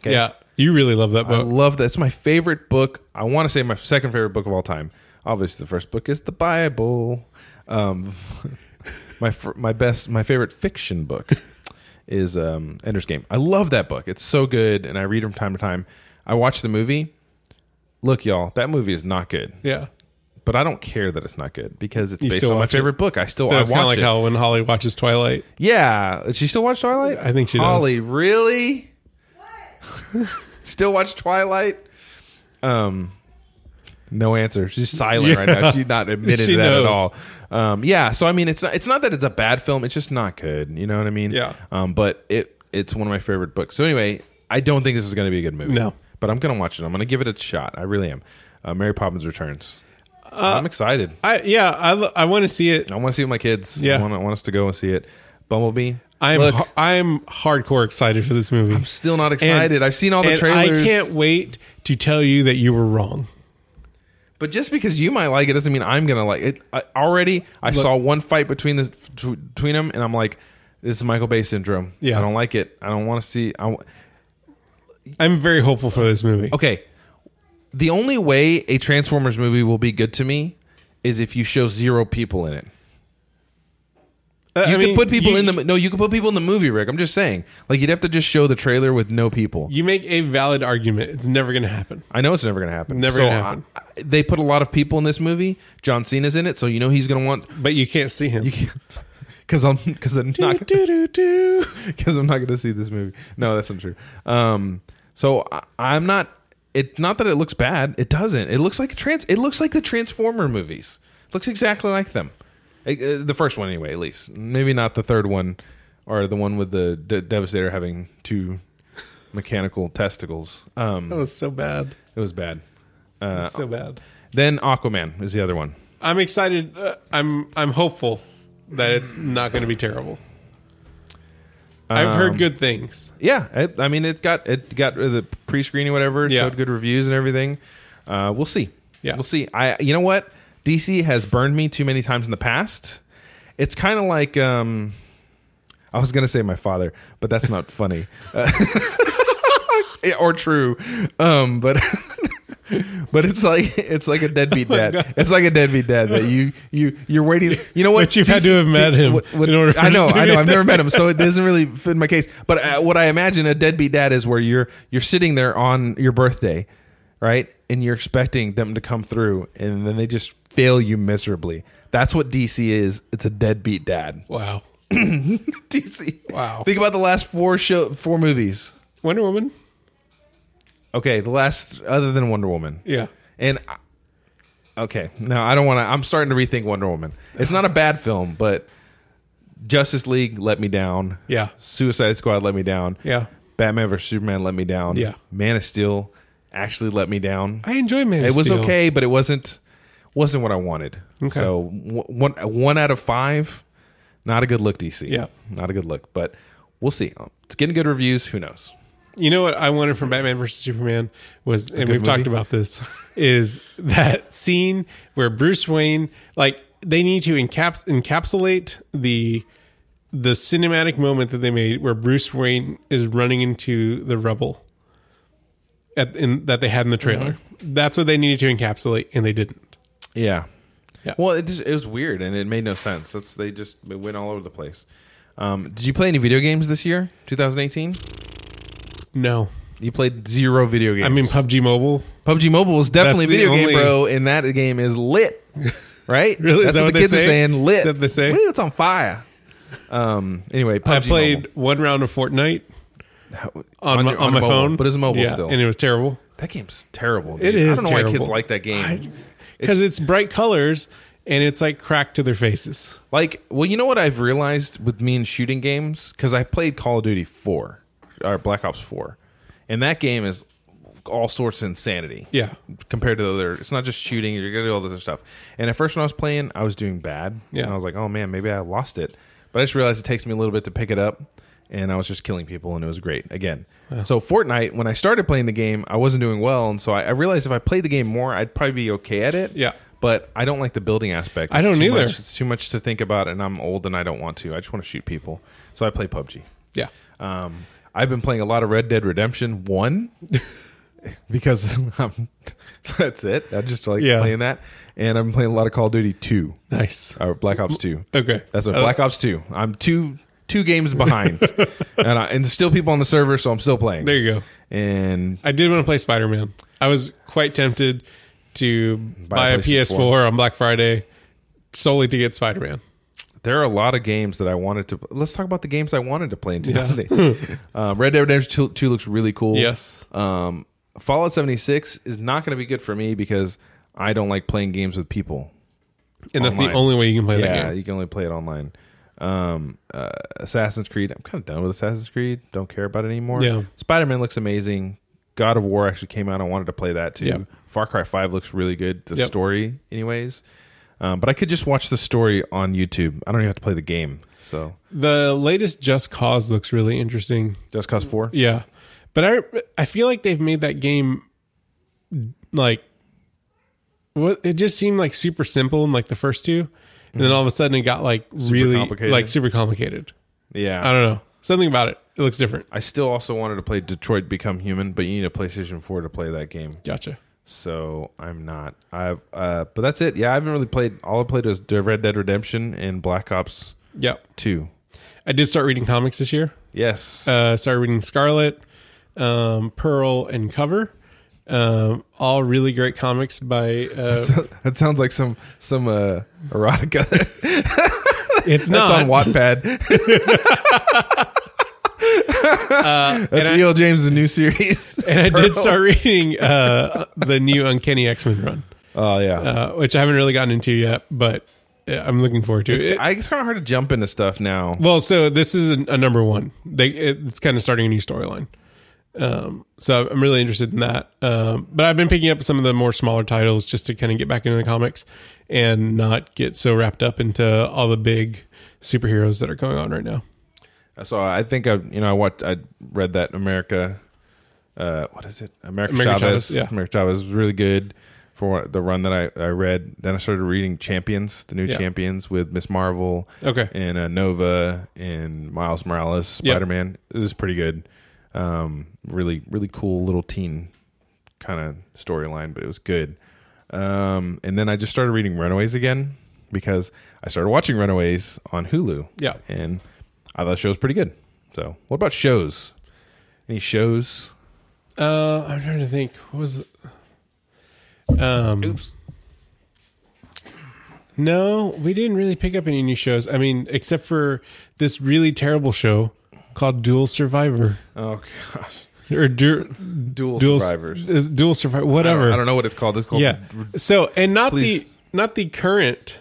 [SPEAKER 1] Okay?
[SPEAKER 2] Yeah, you really love that
[SPEAKER 1] I
[SPEAKER 2] book.
[SPEAKER 1] love that. It's my favorite book. I want to say my second favorite book of all time. Obviously, the first book is the Bible. Um, [laughs] my fir- my best my favorite fiction book is um, Ender's Game. I love that book. It's so good, and I read it from time to time. I watch the movie. Look, y'all, that movie is not good
[SPEAKER 2] yeah, but
[SPEAKER 1] but I don't care that it's not good because it's
[SPEAKER 2] You
[SPEAKER 1] based
[SPEAKER 2] still
[SPEAKER 1] on my
[SPEAKER 2] watch it.
[SPEAKER 1] favorite book. I still
[SPEAKER 2] so
[SPEAKER 1] I
[SPEAKER 2] it's kind of
[SPEAKER 1] watch
[SPEAKER 2] like
[SPEAKER 1] it.
[SPEAKER 2] how when Holly watches Twilight.
[SPEAKER 1] yeah, she still watch Twilight.
[SPEAKER 2] I think she does.
[SPEAKER 1] Holly, really? [laughs] still watch Twilight? Um, no answer. She's silent right
[SPEAKER 2] Yeah.
[SPEAKER 1] now. She's not admitted
[SPEAKER 2] She
[SPEAKER 1] to that
[SPEAKER 2] knows.
[SPEAKER 1] at all. Um, yeah. So I mean, it's not it's not that it's a bad film. It's just not good. You know what I mean?
[SPEAKER 2] Yeah.
[SPEAKER 1] Um, but it it's one of my favorite books. So anyway, I don't think this is going to be a good movie.
[SPEAKER 2] No.
[SPEAKER 1] But I'm gonna watch it. I'm gonna give it a shot. I really am. Uh, Mary Poppins Returns.
[SPEAKER 2] Uh,
[SPEAKER 1] I'm excited.
[SPEAKER 2] I yeah, I lo- I want to see it.
[SPEAKER 1] I want to see it with my kids.
[SPEAKER 2] Yeah.
[SPEAKER 1] I want, I want us to go and see it. Bumblebee.
[SPEAKER 2] I'm
[SPEAKER 1] Look,
[SPEAKER 2] ha- I'm hardcore excited for this movie.
[SPEAKER 1] I'm still not excited. I've seen all the
[SPEAKER 2] and
[SPEAKER 1] trailers.
[SPEAKER 2] I can't wait to tell you that you were wrong.
[SPEAKER 1] But just because you might like it doesn't mean I'm gonna like it. I, already, I saw one fight between this between them, and I'm like, this is Michael Bay syndrome.
[SPEAKER 2] Yeah.
[SPEAKER 1] I don't like it. I don't want to see. I, w-
[SPEAKER 2] I'm very hopeful for this movie.
[SPEAKER 1] okay. The only way a Transformers movie will be good to me is if you show zero people in it.
[SPEAKER 2] Uh,
[SPEAKER 1] You
[SPEAKER 2] I
[SPEAKER 1] could
[SPEAKER 2] mean,
[SPEAKER 1] put people
[SPEAKER 2] you-
[SPEAKER 1] in the mo- no. You could put people in the movie, Rick. I'm just saying. Like you'd have to just show the trailer with no people.
[SPEAKER 2] You make a valid argument. It's never going to happen.
[SPEAKER 1] I know it's never going to happen. uh,
[SPEAKER 2] Never gonna happen.
[SPEAKER 1] I- I- they put a lot of people in this movie. John Cena's in it, so you know he's going to want. [laughs]
[SPEAKER 2] But you can't see him.
[SPEAKER 1] because I'm because I'm not [laughs] because I'm not going to see this movie. No, that's not true. Um, so I, I'm not. It's not that it looks bad. It doesn't. It looks like a trans. It looks like the Transformer movies. It looks exactly like them. It- uh, the first one, anyway, at least. Maybe not the third one or the one with the De- Devastator having two mechanical testicles.
[SPEAKER 2] That
[SPEAKER 1] Um,
[SPEAKER 2] was so bad.
[SPEAKER 1] it was bad. Uh,
[SPEAKER 2] so bad.
[SPEAKER 1] then Aquaman is the other one.
[SPEAKER 2] I'm excited. Uh, I'm I'm hopeful that it's not going to be terrible. I've
[SPEAKER 1] Um,
[SPEAKER 2] heard good things.
[SPEAKER 1] Yeah, it, I mean, it got it got the pre-screening, whatever. It
[SPEAKER 2] Yeah.
[SPEAKER 1] showed good reviews and everything. Uh, we'll see.
[SPEAKER 2] Yeah.
[SPEAKER 1] we'll see. I, you know what? DC has burned me too many times in the past. It's kind of like um, I was gonna say my father, but that's not [laughs] funny Uh, or true. Um, but [laughs] but it's like it's like a deadbeat
[SPEAKER 2] Oh
[SPEAKER 1] dad. It's like a deadbeat dad that you you you're waiting. You know what?
[SPEAKER 2] But you've had to have met him
[SPEAKER 1] What- what-
[SPEAKER 2] in order
[SPEAKER 1] I know,
[SPEAKER 2] to
[SPEAKER 1] I
[SPEAKER 2] be
[SPEAKER 1] know.
[SPEAKER 2] a
[SPEAKER 1] I've never met him,
[SPEAKER 2] [laughs]
[SPEAKER 1] so it doesn't really fit my case. But uh, what I imagine a deadbeat dad is where you're you're sitting there on your birthday, right, and you're expecting them to come through, and then they just fail you miserably. That's what DC is. It's a deadbeat
[SPEAKER 2] [laughs]
[SPEAKER 1] dad.
[SPEAKER 2] Wow.
[SPEAKER 1] DC.
[SPEAKER 2] Wow.
[SPEAKER 1] Think about the last four show four movies.
[SPEAKER 2] Wonder Woman.
[SPEAKER 1] Okay, the last other than Wonder Woman.
[SPEAKER 2] Yeah.
[SPEAKER 1] And I- okay, no, I don't want to. I'm starting to rethink Wonder Woman. It's not a bad film, but Justice League let me down.
[SPEAKER 2] Yeah.
[SPEAKER 1] Suicide Squad let me down.
[SPEAKER 2] Yeah.
[SPEAKER 1] Batman vs Superman let me down.
[SPEAKER 2] Yeah.
[SPEAKER 1] Man of Steel actually let me down.
[SPEAKER 2] I enjoy Man. of
[SPEAKER 1] it was
[SPEAKER 2] Steel.
[SPEAKER 1] okay, but it wasn't wasn't what I wanted.
[SPEAKER 2] Okay.
[SPEAKER 1] So w- one one out of five, not a good look. DC.
[SPEAKER 2] Yeah.
[SPEAKER 1] not a good look. But we'll see. It's getting good reviews. Who knows?
[SPEAKER 2] You know what I wanted from Batman versus Superman was, and we've
[SPEAKER 1] movie?
[SPEAKER 2] talked
[SPEAKER 1] [laughs]
[SPEAKER 2] about this, is that scene where Bruce Wayne, like, they need to encaps- encapsulate the the cinematic moment that they made where Bruce Wayne is running into the rubble at, in, that they had in the trailer.
[SPEAKER 1] Mm-hmm.
[SPEAKER 2] That's what they needed to encapsulate, and they didn't.
[SPEAKER 1] Yeah.
[SPEAKER 2] Yeah.
[SPEAKER 1] Well, it, just, it was weird and it made no sense. That's they just it went all over the place. Um, did you play any video games this year, 2018?
[SPEAKER 2] No,
[SPEAKER 1] You played zero video games.
[SPEAKER 2] I mean PUBG Mobile.
[SPEAKER 1] PUBG Mobile is definitely a
[SPEAKER 2] That's the
[SPEAKER 1] video game,
[SPEAKER 2] only-
[SPEAKER 1] bro, and that game is
[SPEAKER 2] [laughs]
[SPEAKER 1] lit. Right?
[SPEAKER 2] Really? Is
[SPEAKER 1] That's
[SPEAKER 2] that
[SPEAKER 1] what
[SPEAKER 2] what
[SPEAKER 1] the
[SPEAKER 2] they
[SPEAKER 1] kids are
[SPEAKER 2] say?
[SPEAKER 1] saying. Lit.
[SPEAKER 2] Is that what they say?
[SPEAKER 1] Woo, It's on fire. Um. Anyway, PUBG
[SPEAKER 2] I played
[SPEAKER 1] Mobile.
[SPEAKER 2] one round of Fortnite on,
[SPEAKER 1] On
[SPEAKER 2] my,
[SPEAKER 1] your-
[SPEAKER 2] on
[SPEAKER 1] on
[SPEAKER 2] my
[SPEAKER 1] mobile,
[SPEAKER 2] phone,
[SPEAKER 1] but it's mobile
[SPEAKER 2] Yeah,
[SPEAKER 1] still.
[SPEAKER 2] and it was terrible.
[SPEAKER 1] That game's terrible.
[SPEAKER 2] It
[SPEAKER 1] dude. I
[SPEAKER 2] is
[SPEAKER 1] don't know why kids
[SPEAKER 2] terrible.
[SPEAKER 1] like that game.
[SPEAKER 2] because it's, bright colors and it's like cracked to their faces.
[SPEAKER 1] Like, well, you know what I've realized with me in shooting games because I played Call of Duty Four or Black Ops Four, and that game is all sorts of insanity.
[SPEAKER 2] Yeah.
[SPEAKER 1] compared to the other, it's not just shooting. You're gonna do all this other stuff. And at first, when I was playing, I was doing bad.
[SPEAKER 2] Yeah.
[SPEAKER 1] and I was like, oh man, maybe I lost it. But I just realized it takes me a little bit to pick it up, and I was just killing people, and it was great again. So Fortnite, when I started playing the game, I wasn't doing well, and so I, I realized if I played the game more, I'd probably be okay at it
[SPEAKER 2] Yeah.
[SPEAKER 1] but I don't like the building aspect.
[SPEAKER 2] I
[SPEAKER 1] It's
[SPEAKER 2] don't
[SPEAKER 1] too
[SPEAKER 2] either.
[SPEAKER 1] much- it's too much to think about, and I'm old and I don't want to. I just want to shoot people, so I play PUBG.
[SPEAKER 2] Yeah.
[SPEAKER 1] Um, I've been playing a lot of Red Dead Redemption One [laughs] because [laughs] I'm, that's it. I just like
[SPEAKER 2] Yeah.
[SPEAKER 1] playing that, and I've been playing a lot of Call of Duty Two
[SPEAKER 2] Nice.
[SPEAKER 1] or Black Ops Two.
[SPEAKER 2] Okay. Uh,
[SPEAKER 1] That's what
[SPEAKER 2] I-
[SPEAKER 1] Black Ops Two. I'm two two games
[SPEAKER 2] [laughs]
[SPEAKER 1] behind, and I, and there's still people on the server, so I'm still playing.
[SPEAKER 2] There you go.
[SPEAKER 1] and
[SPEAKER 2] I did want to play Spider Man. I was quite tempted to buy,
[SPEAKER 1] a
[SPEAKER 2] a
[SPEAKER 1] PlayStation
[SPEAKER 2] PS4 on Black Friday solely to get Spider Man.
[SPEAKER 1] there are a lot of games that I wanted to. Let's talk about the games I wanted to play in
[SPEAKER 2] [laughs]
[SPEAKER 1] 2008. um, Red Dead Redemption 2, 2 looks really cool.
[SPEAKER 2] Yes.
[SPEAKER 1] Um, Fallout 76 is not going to be good for me because I don't like playing games with people.
[SPEAKER 2] And that's
[SPEAKER 1] Online.
[SPEAKER 2] the only way you can play
[SPEAKER 1] Oh Yeah,
[SPEAKER 2] that game.
[SPEAKER 1] you can only play it online. Um, uh, Assassin's Creed. I'm kind of done with Assassin's Creed. Don't care about it anymore.
[SPEAKER 2] Yeah.
[SPEAKER 1] Spider Man looks amazing. God of War actually came out. I wanted to play that too.
[SPEAKER 2] Yep.
[SPEAKER 1] Far Cry Five looks really good. The
[SPEAKER 2] Yep.
[SPEAKER 1] story, anyways. Um, but I could just watch the story on YouTube. I don't even have to play the game. So
[SPEAKER 2] The latest Just Cause looks really interesting.
[SPEAKER 1] Just Cause Four.
[SPEAKER 2] Yeah. But I I feel like they've made that game like what it just seemed like super simple in like the first two. And then all of a sudden it got like really
[SPEAKER 1] complicated.
[SPEAKER 2] like super complicated. I
[SPEAKER 1] Yeah.
[SPEAKER 2] don't know. Something about it. It looks different.
[SPEAKER 1] I still also wanted to play Detroit Become Human, but you need a PlayStation 4 to play that game.
[SPEAKER 2] Gotcha.
[SPEAKER 1] So I'm not. I uh but that's it. Yeah, I haven't really played all I played was De- Red Dead Redemption and Black Ops
[SPEAKER 2] Yep.
[SPEAKER 1] 2.
[SPEAKER 2] I did start reading comics this year.
[SPEAKER 1] Yes.
[SPEAKER 2] Uh started reading Scarlet, um, Pearl, and Cover. Um, all really great comics by [laughs] uh,
[SPEAKER 1] [laughs] that sounds like some some uh
[SPEAKER 2] [laughs]
[SPEAKER 1] erotica [laughs] that's
[SPEAKER 2] it's not
[SPEAKER 1] on
[SPEAKER 2] [laughs]
[SPEAKER 1] Wattpad. [laughs] that's
[SPEAKER 2] Uh, I-
[SPEAKER 1] E.L. James' new series.
[SPEAKER 2] [laughs] and I did start reading uh, the new Uncanny X Men run.
[SPEAKER 1] Oh yeah.
[SPEAKER 2] uh, which I haven't really gotten into yet, but uh, I'm looking forward to it.
[SPEAKER 1] I, it's kind of hard to jump into stuff now.
[SPEAKER 2] well, so this is a, a number one. They it, it's kind of starting a new storyline, Um, so I'm really interested in that. Um, but I've been picking up some of the more smaller titles just to kind of get back into the comics and not get so wrapped up into all the big superheroes that are going on right now.
[SPEAKER 1] So I think I, you know, I watched, I read that America, uh, what is it? America,
[SPEAKER 2] America
[SPEAKER 1] Chavez.
[SPEAKER 2] Chavez, yeah.
[SPEAKER 1] America Chavez was really good for the run that I, I read. Then I started reading Champions, the new
[SPEAKER 2] Yeah.
[SPEAKER 1] Champions with Miss Marvel
[SPEAKER 2] Okay.
[SPEAKER 1] and uh, Nova and Miles Morales,
[SPEAKER 2] Yeah.
[SPEAKER 1] Spider Man. It was pretty good. Um, really, really cool little teen kind of storyline, but it was good. Um, and then I just started reading Runaways again because I started watching Runaways on Hulu
[SPEAKER 2] Yeah.
[SPEAKER 1] and I thought the show was pretty good. So, what about shows? Any shows?
[SPEAKER 2] Uh, I'm trying to think. What was it? Um,
[SPEAKER 1] Oops.
[SPEAKER 2] No, we didn't really pick up any new shows. I mean, except for this really terrible show called Dual Survivor
[SPEAKER 1] Oh gosh,
[SPEAKER 2] or du-
[SPEAKER 1] Dual,
[SPEAKER 2] Dual
[SPEAKER 1] Survivors.
[SPEAKER 2] Is Dual Survivor,
[SPEAKER 1] I don't-
[SPEAKER 2] whatever.
[SPEAKER 1] I don't, know what it's called. It's called
[SPEAKER 2] Yeah. So, and not
[SPEAKER 1] Please.
[SPEAKER 2] the not the current,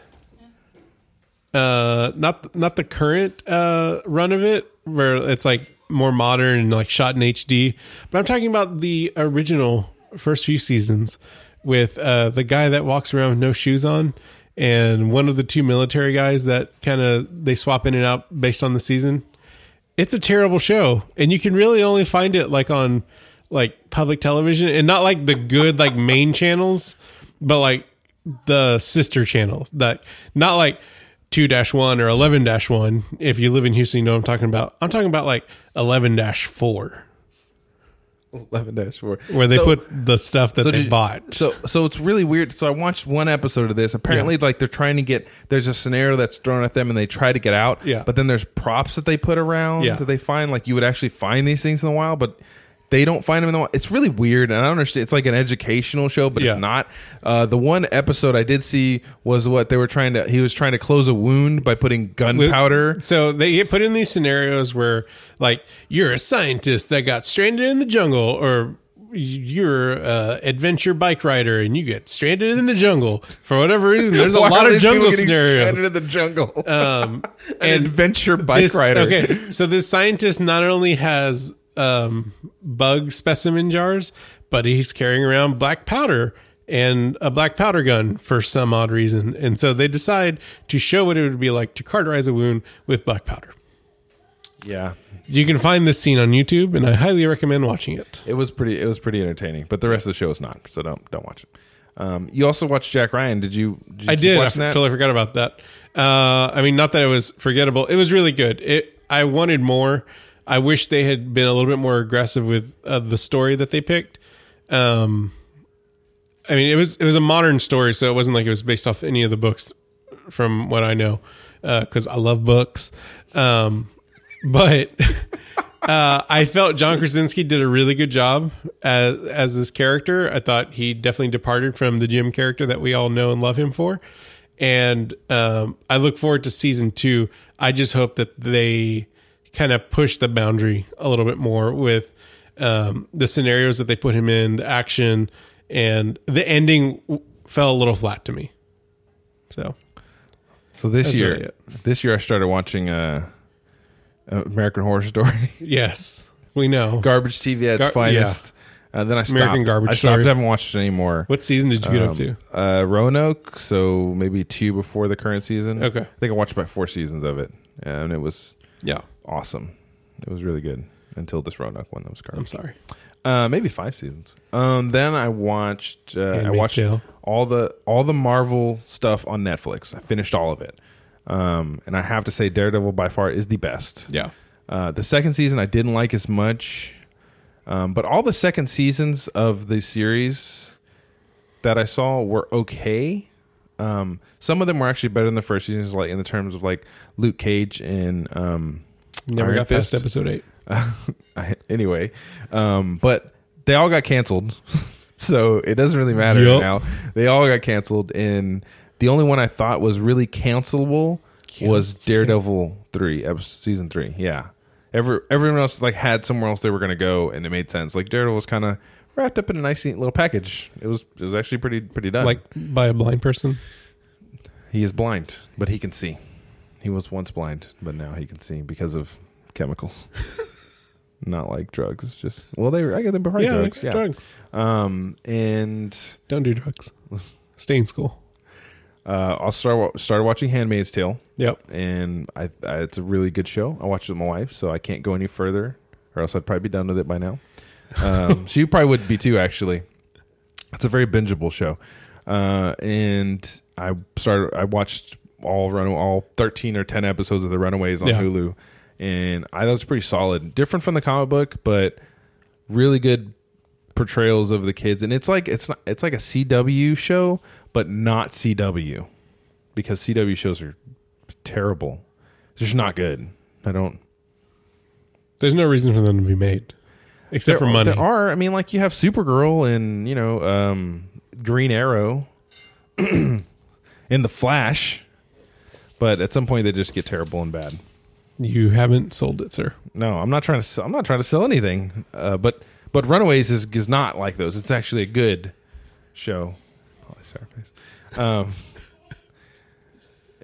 [SPEAKER 2] uh, not not the current uh run of it where it's like more modern and like shot in HD. But I'm talking about the original first few seasons with uh the guy that walks around with no shoes on and one of the two military guys that kind of they swap in and out based on the season it's a terrible show and you can really only find it like on like public television and not like the good like main channels but like the sister channels that not like 2-1 or 11-1 if you live in houston you know what i'm talking about i'm talking about like 11-4
[SPEAKER 1] eleven dash four,
[SPEAKER 2] where they put the stuff that
[SPEAKER 1] so
[SPEAKER 2] they
[SPEAKER 1] did-
[SPEAKER 2] bought
[SPEAKER 1] So, so it's really weird. So I watched one episode of this. Apparently, like they're trying to get there's a scenario that's thrown at them, and they try to get out.
[SPEAKER 2] Yeah.
[SPEAKER 1] But then there's props that they put around
[SPEAKER 2] Yeah.
[SPEAKER 1] that they find. Like you would actually find these things in the wild, but they don't find them in the wild. It's really weird, and I don't understand. It's like an educational show, but
[SPEAKER 2] Yeah.
[SPEAKER 1] it's not. Uh, the one episode I did see was what they were trying to. He was trying to close a wound by putting gunpowder.
[SPEAKER 2] So they get put in these scenarios where, like, you're a scientist that got stranded in the jungle, or you're a adventure bike rider and you get stranded in the jungle for whatever reason. There's
[SPEAKER 1] [laughs]
[SPEAKER 2] a
[SPEAKER 1] Why are
[SPEAKER 2] lot of
[SPEAKER 1] these people
[SPEAKER 2] jungle
[SPEAKER 1] getting stranded
[SPEAKER 2] scenarios.
[SPEAKER 1] in the jungle.
[SPEAKER 2] Um,
[SPEAKER 1] [laughs] An
[SPEAKER 2] and
[SPEAKER 1] adventure bike
[SPEAKER 2] this-
[SPEAKER 1] rider.
[SPEAKER 2] Okay, so this scientist not only has um, bug specimen jars, but he's carrying around black powder and a black powder gun for some odd reason. And so they decide to show what it would be like to cauterize a wound with black powder.
[SPEAKER 1] Yeah.
[SPEAKER 2] You can find this scene on YouTube, and I highly recommend watching it.
[SPEAKER 1] It was pretty. It was pretty entertaining, but the rest of the show is not. So don't don't watch it. Um, you also watched Jack Ryan. Did you? you
[SPEAKER 2] I
[SPEAKER 1] keep
[SPEAKER 2] did. I
[SPEAKER 1] watching that?
[SPEAKER 2] totally forgot about that. Uh, I mean, not that it was forgettable. It was really good. It. I wanted more. I wish they had been a little bit more aggressive with uh, the story that they picked. Um, I mean, it was it was a modern story, so it wasn't like it was based off any of the books, from what I know, because I love books. Um, but [laughs] uh, I felt John Krasinski did a really good job as as this character. I thought he definitely departed from the Jim character that we all know and love him for. And um, I look forward to season two. I just hope that they kind of push the boundary a little bit more with um, the scenarios that they put him in, the action, and the ending w- fell a little flat to me. So
[SPEAKER 1] So this
[SPEAKER 2] That's
[SPEAKER 1] year,
[SPEAKER 2] really
[SPEAKER 1] this year I started watching uh, American Horror Story,
[SPEAKER 2] yes, we know.
[SPEAKER 1] [laughs] garbage TV at its
[SPEAKER 2] Gar-
[SPEAKER 1] finest. Uh, then I stopped.
[SPEAKER 2] American Garbage
[SPEAKER 1] I stopped.
[SPEAKER 2] Story.
[SPEAKER 1] I haven't watched it anymore.
[SPEAKER 2] what season did you get up
[SPEAKER 1] Um,
[SPEAKER 2] to?
[SPEAKER 1] Uh, Roanoke, so maybe two before the current season.
[SPEAKER 2] Okay.
[SPEAKER 1] I think I watched about four seasons of it, and it was
[SPEAKER 2] Yeah,
[SPEAKER 1] awesome. It was really good until this Roanoke one that was garbage.
[SPEAKER 2] I'm sorry.
[SPEAKER 1] Uh, maybe five seasons. Um, then I watched. Uh, I
[SPEAKER 2] Handmaid's
[SPEAKER 1] watched
[SPEAKER 2] Tale.
[SPEAKER 1] all the all the Marvel stuff on Netflix. I finished all of it, um, and I have to say, Daredevil by far is the best.
[SPEAKER 2] Yeah.
[SPEAKER 1] Uh, the second season I didn't like as much, um, but all the second seasons of the series that I saw were okay. Um, some of them were actually better than the first seasons, like in the terms of like Luke Cage and um,
[SPEAKER 2] Never
[SPEAKER 1] Iron
[SPEAKER 2] got
[SPEAKER 1] Fist.
[SPEAKER 2] past episode eight.
[SPEAKER 1] [laughs] I, anyway, um, but they all got canceled, [laughs] so it doesn't really matter
[SPEAKER 2] Yup.
[SPEAKER 1] now. They all got canceled, and the only one I thought was really cancelable was
[SPEAKER 2] Canceled.
[SPEAKER 1] Daredevil three, ep- season three. Yeah, every everyone else like had somewhere else they were going to go, and it made sense. Like Daredevil was kind of wrapped up in a nice neat little package. It was it was actually pretty pretty done.
[SPEAKER 2] Like by a blind person.
[SPEAKER 1] he is blind, but he can see. He was once blind, but now he can see because of chemicals. not like drugs. Just well, they were. I guess they were probably
[SPEAKER 2] yeah,
[SPEAKER 1] drugs.
[SPEAKER 2] drugs.
[SPEAKER 1] Yeah.
[SPEAKER 2] drugs.
[SPEAKER 1] Um, and
[SPEAKER 2] Don't
[SPEAKER 1] [laughs]
[SPEAKER 2] do drugs. Stay in school.
[SPEAKER 1] uh, I'll start wa- started watching Handmaid's Tale,
[SPEAKER 2] Yep.
[SPEAKER 1] and I, I it's a really good show. I watched it with my wife, so I can't go any further, or else I'd probably be done with it by now. Um, she probably would be too, actually. It's a very bingeable show, uh, and I started. I watched all run all thirteen or ten episodes of the Runaways on
[SPEAKER 2] Yeah.
[SPEAKER 1] Hulu, and I thought it was pretty solid. Different from the comic book, but really good portrayals of the kids. And it's like it's not it's like a CW show, but not CW because CW shows are terrible. They're just not good. I don't.
[SPEAKER 2] There's no reason for them to be made, except for
[SPEAKER 1] there,
[SPEAKER 2] money.
[SPEAKER 1] There are. I mean, like you have Supergirl and you know um, Green Arrow, [clears throat] and the Flash, but at some point they just get terrible and bad.
[SPEAKER 2] You haven't sold it, sir.
[SPEAKER 1] No, I'm not trying to. Sell, I'm not trying to sell anything. Uh, but but Runaways is is not like those. It's actually a good show. Probably sour face. Um, [laughs]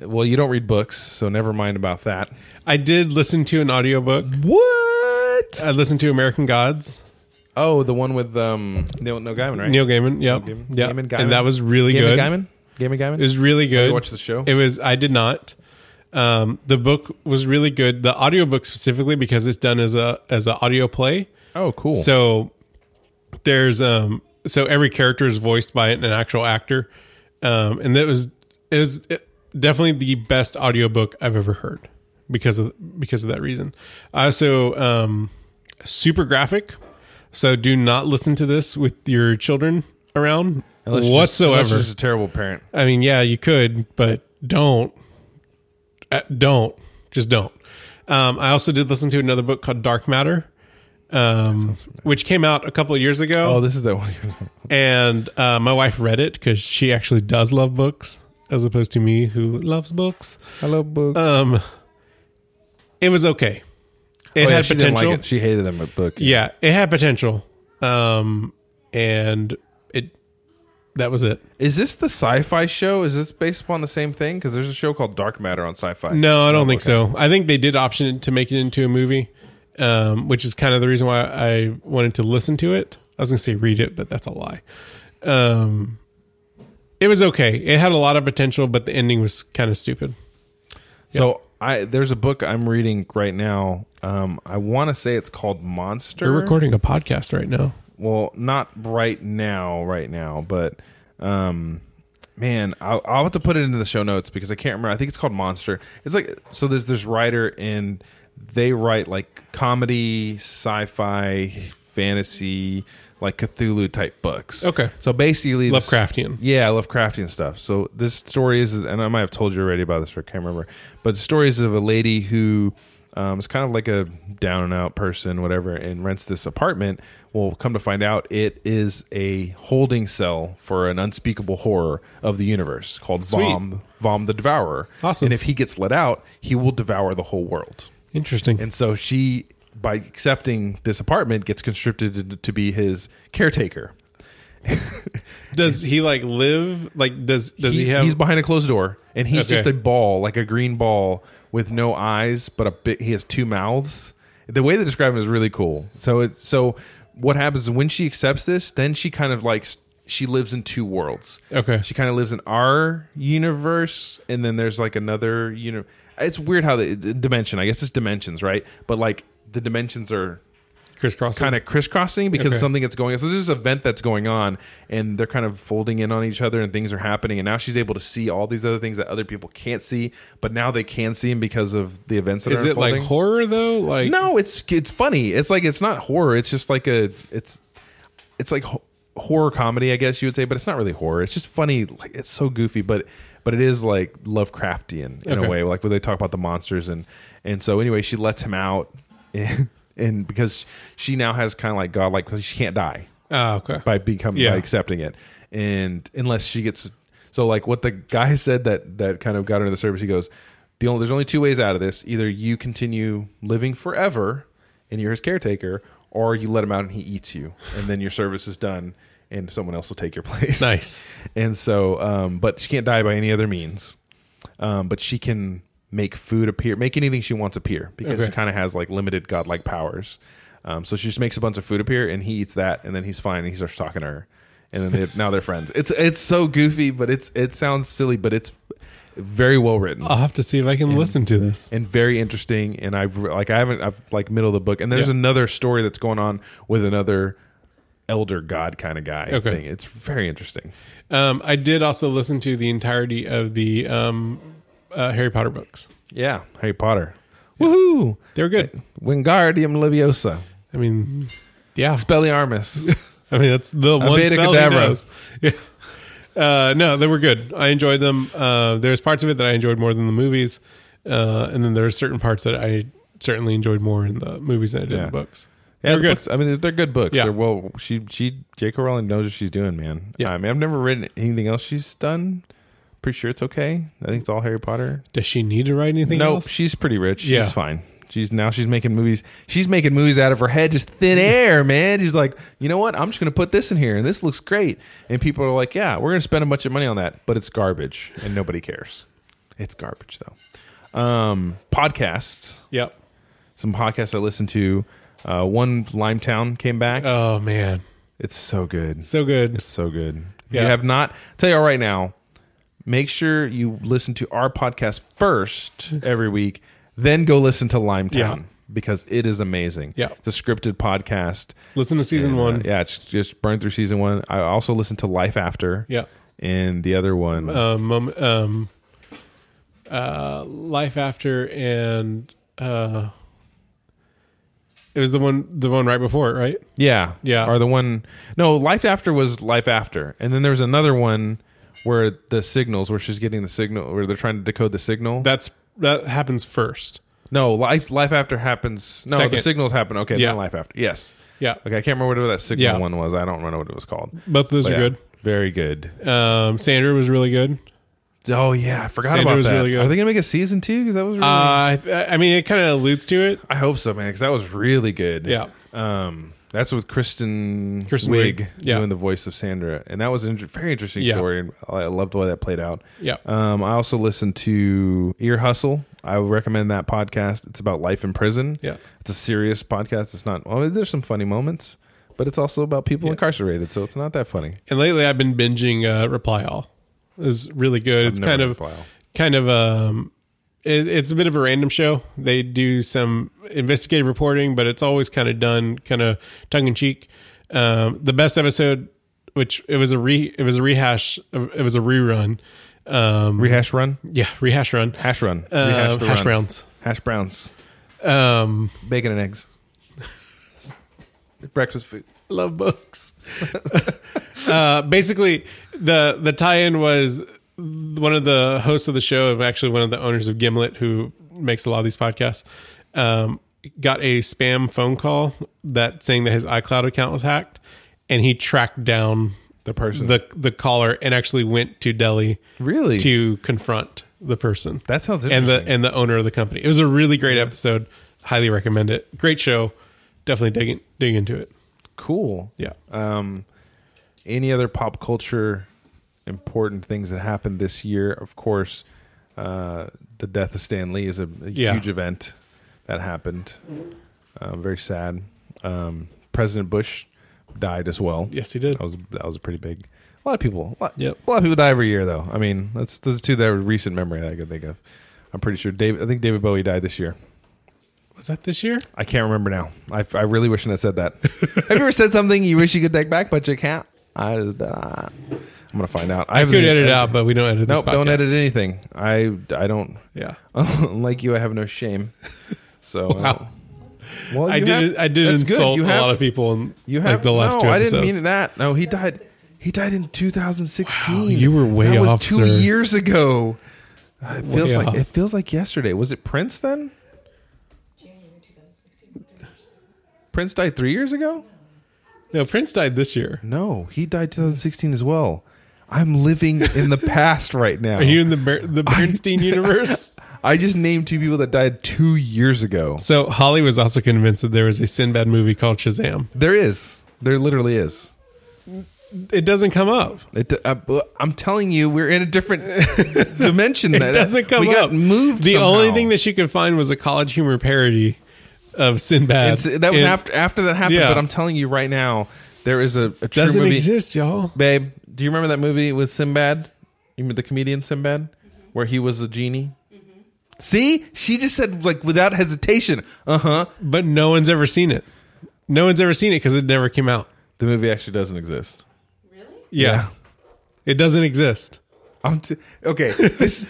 [SPEAKER 1] well, you don't read books, so never mind about that.
[SPEAKER 2] I did listen to an audiobook.
[SPEAKER 1] What?
[SPEAKER 2] I listened to American Gods,
[SPEAKER 1] Oh, the one with um Neil No Gaiman, right?
[SPEAKER 2] Neil Gaiman. Yep.
[SPEAKER 1] Gaiman-
[SPEAKER 2] yep.
[SPEAKER 1] Gaiman, Gaiman.
[SPEAKER 2] and that was really
[SPEAKER 1] Gaiman
[SPEAKER 2] good.
[SPEAKER 1] Gaiman. Gaiman Gaiman.
[SPEAKER 2] It was really good.
[SPEAKER 1] you watch the show?
[SPEAKER 2] It was I did not. Um, the book was really good. The audiobook specifically because it's done as a as an audio play.
[SPEAKER 1] oh, cool.
[SPEAKER 2] So there's um so every character is voiced by an actual actor. Um and that was is definitely the best audiobook I've ever heard because of because of that reason. I also um super graphic. So do not listen to this with your children around
[SPEAKER 1] Unless you're just-
[SPEAKER 2] whatsoever.
[SPEAKER 1] unless you're just a terrible parent.
[SPEAKER 2] I mean, yeah, you could, but don't. Uh, don't. Just don't. Um, I also did listen to another book called Dark Matter, um, which came out a couple of years
[SPEAKER 1] Oh,
[SPEAKER 2] ago.
[SPEAKER 1] this is that one.
[SPEAKER 2] And uh, my wife read it because she actually does love books, as opposed to me who loves books.
[SPEAKER 1] Hello, book.
[SPEAKER 2] Um, it was okay. It had
[SPEAKER 1] Oh, she
[SPEAKER 2] potential.
[SPEAKER 1] Didn't like it. She hated them at book.
[SPEAKER 2] Yeah, it had potential. Um, and it that was it.
[SPEAKER 1] Is this the sci-fi show? Is this based upon the same thing? Because there's a show called Dark Matter on Sci-Fi.
[SPEAKER 2] No, I don't think so. I think they did option it to make it into a movie, um, which is kind of the reason why I wanted to listen to it. I was going to say read it, but that's a lie. Um, it was okay. It had a lot of potential, but the ending was kind of stupid.
[SPEAKER 1] So I there's a book I'm reading right now. Um, I want to say it's called Monster.
[SPEAKER 2] We're recording a podcast right now.
[SPEAKER 1] Well, not right now, right now, but um, man, I'll, I'll have to put it into the show notes because I can't remember. I think it's called Monster. It's like so. There's this writer and they write like comedy, sci-fi, fantasy, like Cthulhu type books.
[SPEAKER 2] Okay.
[SPEAKER 1] So basically, this-
[SPEAKER 2] Lovecraftian.
[SPEAKER 1] yeah, I love crafting stuff. So this story is, and I might have told you already about this, or I can't remember. But the story is of a lady who um, is kind of like a down and out person, whatever, and rents this apartment. Well, come to find out, it is a holding cell for an unspeakable horror of the universe called
[SPEAKER 2] Sweet.
[SPEAKER 1] Vom, Vom the Devourer.
[SPEAKER 2] Awesome.
[SPEAKER 1] And if he gets let out, he will devour the whole world.
[SPEAKER 2] Interesting.
[SPEAKER 1] And so she, by accepting this apartment, gets constricted to, to be his caretaker.
[SPEAKER 2] does he like live? Like does does he,
[SPEAKER 1] He-
[SPEAKER 2] have?
[SPEAKER 1] He's behind a closed door, and he's
[SPEAKER 2] Okay.
[SPEAKER 1] just a ball, like a green ball with no eyes, but a bit. He has two mouths. The way they describe him is really cool. So it's so what happens is when she accepts this, then she kind of like s- she lives in two worlds.
[SPEAKER 2] Okay.
[SPEAKER 1] she kind of lives in our universe, and then there's like another uni. It's weird how the d- dimension. I guess it's dimensions, right? But like the dimensions are
[SPEAKER 2] crisscrossing.
[SPEAKER 1] kind of crisscrossing because
[SPEAKER 2] Okay.
[SPEAKER 1] something that's going on. So there's this event that's going on, and they're kind of folding in on each other, and things are happening. And now she's able to see all these other things that other people can't see, but now they can see them because of the events that
[SPEAKER 2] Is
[SPEAKER 1] are
[SPEAKER 2] it like
[SPEAKER 1] unfolding.
[SPEAKER 2] horror though? Like
[SPEAKER 1] No, it's it's funny. It's like it's not horror. It's just like a it's it's like ho- horror comedy, I guess you would say, but it's not really horror. It's just funny. Like it's so goofy, but but it is like Lovecraftian in
[SPEAKER 2] Okay.
[SPEAKER 1] a way. Like when they talk about the monsters and and so anyway, she lets him out, [laughs] and, and because she now has kind of like God, like she can't die
[SPEAKER 2] Oh, okay.
[SPEAKER 1] by becoming
[SPEAKER 2] Yeah.
[SPEAKER 1] by accepting it and unless she gets so like what the guy said that that kind of got her into the service he goes the only there's only two ways out of this either you continue living forever and you're his caretaker or you let him out and he eats you and then your service is done and someone else will take your [laughs] place
[SPEAKER 2] Nice.
[SPEAKER 1] and so um but she can't die by any other means um but she can make food appear make anything she wants appear because
[SPEAKER 2] Okay.
[SPEAKER 1] she kind of has like limited godlike powers Um, so she just makes a bunch of food appear, and he eats that, and then he's fine, and he starts talking to her, and then they, now they're friends. It's it's so goofy, but it's it sounds silly, but it's very well written
[SPEAKER 2] I'll have to see if I can listen to this.
[SPEAKER 1] and very interesting. And I like I haven't I've like middle of the book, and there's
[SPEAKER 2] Yeah.
[SPEAKER 1] another story that's going on with another elder god kind of guy
[SPEAKER 2] Okay.
[SPEAKER 1] thing. It's very interesting.
[SPEAKER 2] Um, I did also listen to the entirety of the um, uh, Harry Potter books.
[SPEAKER 1] Yeah, Harry Potter. Woohoo!
[SPEAKER 2] They were good.
[SPEAKER 1] Wingardium Leviosa.
[SPEAKER 2] I mean, yeah.
[SPEAKER 1] Expelliarmus.
[SPEAKER 2] I mean, that's the one
[SPEAKER 1] Avada
[SPEAKER 2] spell he
[SPEAKER 1] Kedavra.
[SPEAKER 2] knows. [laughs] Yeah. Uh, no, they were good. I enjoyed them. Uh, there's parts of it that I enjoyed more than the movies, uh, and then there's certain parts that I certainly enjoyed more in the movies than I did in
[SPEAKER 1] Yeah.
[SPEAKER 2] the books.
[SPEAKER 1] Yeah,
[SPEAKER 2] [laughs] They're
[SPEAKER 1] the
[SPEAKER 2] good.
[SPEAKER 1] Books, I mean, they're good books.
[SPEAKER 2] Yeah.
[SPEAKER 1] They're well. She she J.K. Rowling knows what she's doing, man.
[SPEAKER 2] Yeah.
[SPEAKER 1] I mean, I've never read anything else she's done. Pretty sure it's okay. I think it's all Harry Potter.
[SPEAKER 2] Does she need to write anything
[SPEAKER 1] nope,
[SPEAKER 2] else?
[SPEAKER 1] she's pretty rich. She's
[SPEAKER 2] Yeah.
[SPEAKER 1] fine. She's now she's making movies. She's making movies out of her head, just
[SPEAKER 2] [laughs]
[SPEAKER 1] thin air, man. She's like, you know what? I'm just gonna put this in here, and this looks great. And people are like, yeah, we're gonna spend a bunch of money on that, but it's garbage, and nobody cares. It's garbage though. Um, podcasts,
[SPEAKER 2] Yep.
[SPEAKER 1] some podcasts I listen to. Uh, one Limetown came back.
[SPEAKER 2] Oh man,
[SPEAKER 1] it's so good.
[SPEAKER 2] so good.
[SPEAKER 1] It's so good. If You
[SPEAKER 2] Yeah.
[SPEAKER 1] have not. Tell you all right now. Make sure you listen to our podcast
[SPEAKER 2] [laughs]
[SPEAKER 1] first every week, then go listen to Limetown
[SPEAKER 2] Yeah.
[SPEAKER 1] because it is amazing.
[SPEAKER 2] Yeah.
[SPEAKER 1] it's a scripted podcast.
[SPEAKER 2] Listen to season
[SPEAKER 1] And, uh,
[SPEAKER 2] one.
[SPEAKER 1] yeah, it's just burned through season one. I also listened to Life After.
[SPEAKER 2] Yeah.
[SPEAKER 1] and the other one.
[SPEAKER 2] um, mom- um, uh, Life After and uh, it was the one the one right before it, right?
[SPEAKER 1] yeah,
[SPEAKER 2] yeah.
[SPEAKER 1] Or the one. No, Life After was Life After, and then there was another one where the signals, where she's getting the signal, where they're trying to decode the signal.
[SPEAKER 2] That's that happens first.
[SPEAKER 1] No, life life after happens. No,
[SPEAKER 2] Second.
[SPEAKER 1] the signals happen. Okay,
[SPEAKER 2] Yeah.
[SPEAKER 1] then life after. Yes.
[SPEAKER 2] Yeah,
[SPEAKER 1] Okay, I can't remember whatever that signal
[SPEAKER 2] Yeah.
[SPEAKER 1] one was. I don't remember what it was called.
[SPEAKER 2] both of those
[SPEAKER 1] But
[SPEAKER 2] are
[SPEAKER 1] yeah, Very good.
[SPEAKER 2] good. Um, Sandra was really good.
[SPEAKER 1] Oh yeah, I forgot
[SPEAKER 2] Sandra
[SPEAKER 1] about
[SPEAKER 2] was
[SPEAKER 1] that.
[SPEAKER 2] really good.
[SPEAKER 1] Are they gonna make a season two? Because that was. Really,
[SPEAKER 2] Uh, I I mean, it kind of alludes to it.
[SPEAKER 1] I hope so, man. Because that was really good.
[SPEAKER 2] Yeah.
[SPEAKER 1] Um, that's with Kristen,
[SPEAKER 2] Kristen
[SPEAKER 1] Wiig
[SPEAKER 2] Wiig, yeah.
[SPEAKER 1] doing the voice of Sandra, and that was a very interesting
[SPEAKER 2] Yeah.
[SPEAKER 1] story. And I loved the way that played out.
[SPEAKER 2] Yeah.
[SPEAKER 1] Um, I also listened to Ear Hustle. I would recommend that podcast. It's about life in prison.
[SPEAKER 2] Yeah.
[SPEAKER 1] It's a serious podcast. It's not. Well, there's some funny moments, but it's also about people incarcerated, so it's not that funny.
[SPEAKER 2] And lately, I've been binging uh, Reply All. It's really good. it's
[SPEAKER 1] never
[SPEAKER 2] kind
[SPEAKER 1] heard
[SPEAKER 2] of
[SPEAKER 1] of Reply All.
[SPEAKER 2] kind of um, it, it's a bit of a random show. They do some investigative reporting, but it's always kind of done kind of tongue in cheek. Um, the best episode, which it was a re, it was a rehash, of- it was a rerun. Um,
[SPEAKER 1] Rehash run,
[SPEAKER 2] yeah, rehash run.
[SPEAKER 1] hash run,
[SPEAKER 2] Uh,
[SPEAKER 1] rehash the
[SPEAKER 2] hash
[SPEAKER 1] run.
[SPEAKER 2] browns.
[SPEAKER 1] hash browns,
[SPEAKER 2] Um,
[SPEAKER 1] bacon and
[SPEAKER 2] [laughs]
[SPEAKER 1] eggs, breakfast food.
[SPEAKER 2] love books. [laughs] uh, basically, the the tie-in was one of the hosts of the show, actually one of the owners of Gimlet, who makes a lot of these podcasts, um, got a spam phone call that saying that his iCloud account was hacked, and he tracked down
[SPEAKER 1] The person.
[SPEAKER 2] the the caller and actually went to Delhi
[SPEAKER 1] Really?
[SPEAKER 2] to confront the person
[SPEAKER 1] That sounds
[SPEAKER 2] and
[SPEAKER 1] interesting.
[SPEAKER 2] the and the owner of the company. It was a really great episode. Highly recommend it. Great show. Definitely dig in, dig into it.
[SPEAKER 1] cool.
[SPEAKER 2] Yeah.
[SPEAKER 1] Um, any other pop culture important things that happened this year? Of course, uh, the death of Stan Lee is a, a
[SPEAKER 2] Yeah.
[SPEAKER 1] huge event that happened. Uh, very sad. Um, President Bush died as well.
[SPEAKER 2] Yes, he did.
[SPEAKER 1] That was that was pretty big. A lot of people. A lot,
[SPEAKER 2] Yep.
[SPEAKER 1] a lot of people die every year, though. I mean, that's those two that are recent memory that I can think of. I'm pretty sure Dave. I think David Bowie died this year.
[SPEAKER 2] Was that this year?
[SPEAKER 1] I can't remember now. I, I really wish I had said that. [laughs] Have you ever said something you wish you could take back, but you can't? I just, uh, I'm gonna find out. I
[SPEAKER 2] I could edit it out, but we don't edit.
[SPEAKER 1] Nope,
[SPEAKER 2] this
[SPEAKER 1] don't
[SPEAKER 2] podcast.
[SPEAKER 1] edit anything. I I don't. [laughs]
[SPEAKER 2] Yeah,
[SPEAKER 1] Unlike you, I have no shame. So,
[SPEAKER 2] [laughs] Wow.
[SPEAKER 1] uh, well,
[SPEAKER 2] I
[SPEAKER 1] you
[SPEAKER 2] did.
[SPEAKER 1] have-
[SPEAKER 2] I did
[SPEAKER 1] that's good.
[SPEAKER 2] insult
[SPEAKER 1] You
[SPEAKER 2] a
[SPEAKER 1] have-
[SPEAKER 2] lot of people in
[SPEAKER 1] You have
[SPEAKER 2] like the last
[SPEAKER 1] no,
[SPEAKER 2] two
[SPEAKER 1] I
[SPEAKER 2] episodes.
[SPEAKER 1] didn't mean that. No, he died. He died in 2016.
[SPEAKER 2] Wow, Oh, you were way
[SPEAKER 1] that
[SPEAKER 2] off,
[SPEAKER 1] was two
[SPEAKER 2] sir.
[SPEAKER 1] years ago. Uh, It feels
[SPEAKER 2] Way
[SPEAKER 1] like
[SPEAKER 2] off.
[SPEAKER 1] it feels like yesterday. Was it Prince then?
[SPEAKER 3] January 2016.
[SPEAKER 1] Prince died three years ago.
[SPEAKER 2] No, Prince died this year.
[SPEAKER 1] No, he died 2016 as well. I'm living
[SPEAKER 2] [laughs]
[SPEAKER 1] in the past right now.
[SPEAKER 2] Are you in the Ber- [laughs] the Bernstein universe?
[SPEAKER 1] I just named two people that died two years ago.
[SPEAKER 2] So Holly was also convinced that there was a Sinbad movie called Shazam.
[SPEAKER 1] There is. There literally is.
[SPEAKER 2] It doesn't come up.
[SPEAKER 1] It, uh, I'm telling you, we're in a
[SPEAKER 2] [laughs]
[SPEAKER 1] different dimension.
[SPEAKER 2] It doesn't come
[SPEAKER 1] we got
[SPEAKER 2] up.
[SPEAKER 1] moved.
[SPEAKER 2] The
[SPEAKER 1] somehow.
[SPEAKER 2] only thing that she could find was a College Humor parody of Sinbad.
[SPEAKER 1] It's, that was
[SPEAKER 2] And
[SPEAKER 1] after after that happened.
[SPEAKER 2] Yeah.
[SPEAKER 1] But I'm telling you right now, there is a, a true
[SPEAKER 2] Doesn't
[SPEAKER 1] movie.
[SPEAKER 2] exist, y'all.
[SPEAKER 1] Babe, do you remember that movie with Sinbad? You remember the comedian Sinbad, where he was a genie. See, she just said like without hesitation. Uh huh.
[SPEAKER 2] But no one's ever seen it. No one's ever seen it because it never came out.
[SPEAKER 1] The movie actually doesn't exist.
[SPEAKER 3] Really?
[SPEAKER 2] Yeah. It doesn't exist.
[SPEAKER 1] [laughs] I'm t- okay.
[SPEAKER 2] [laughs]
[SPEAKER 1] This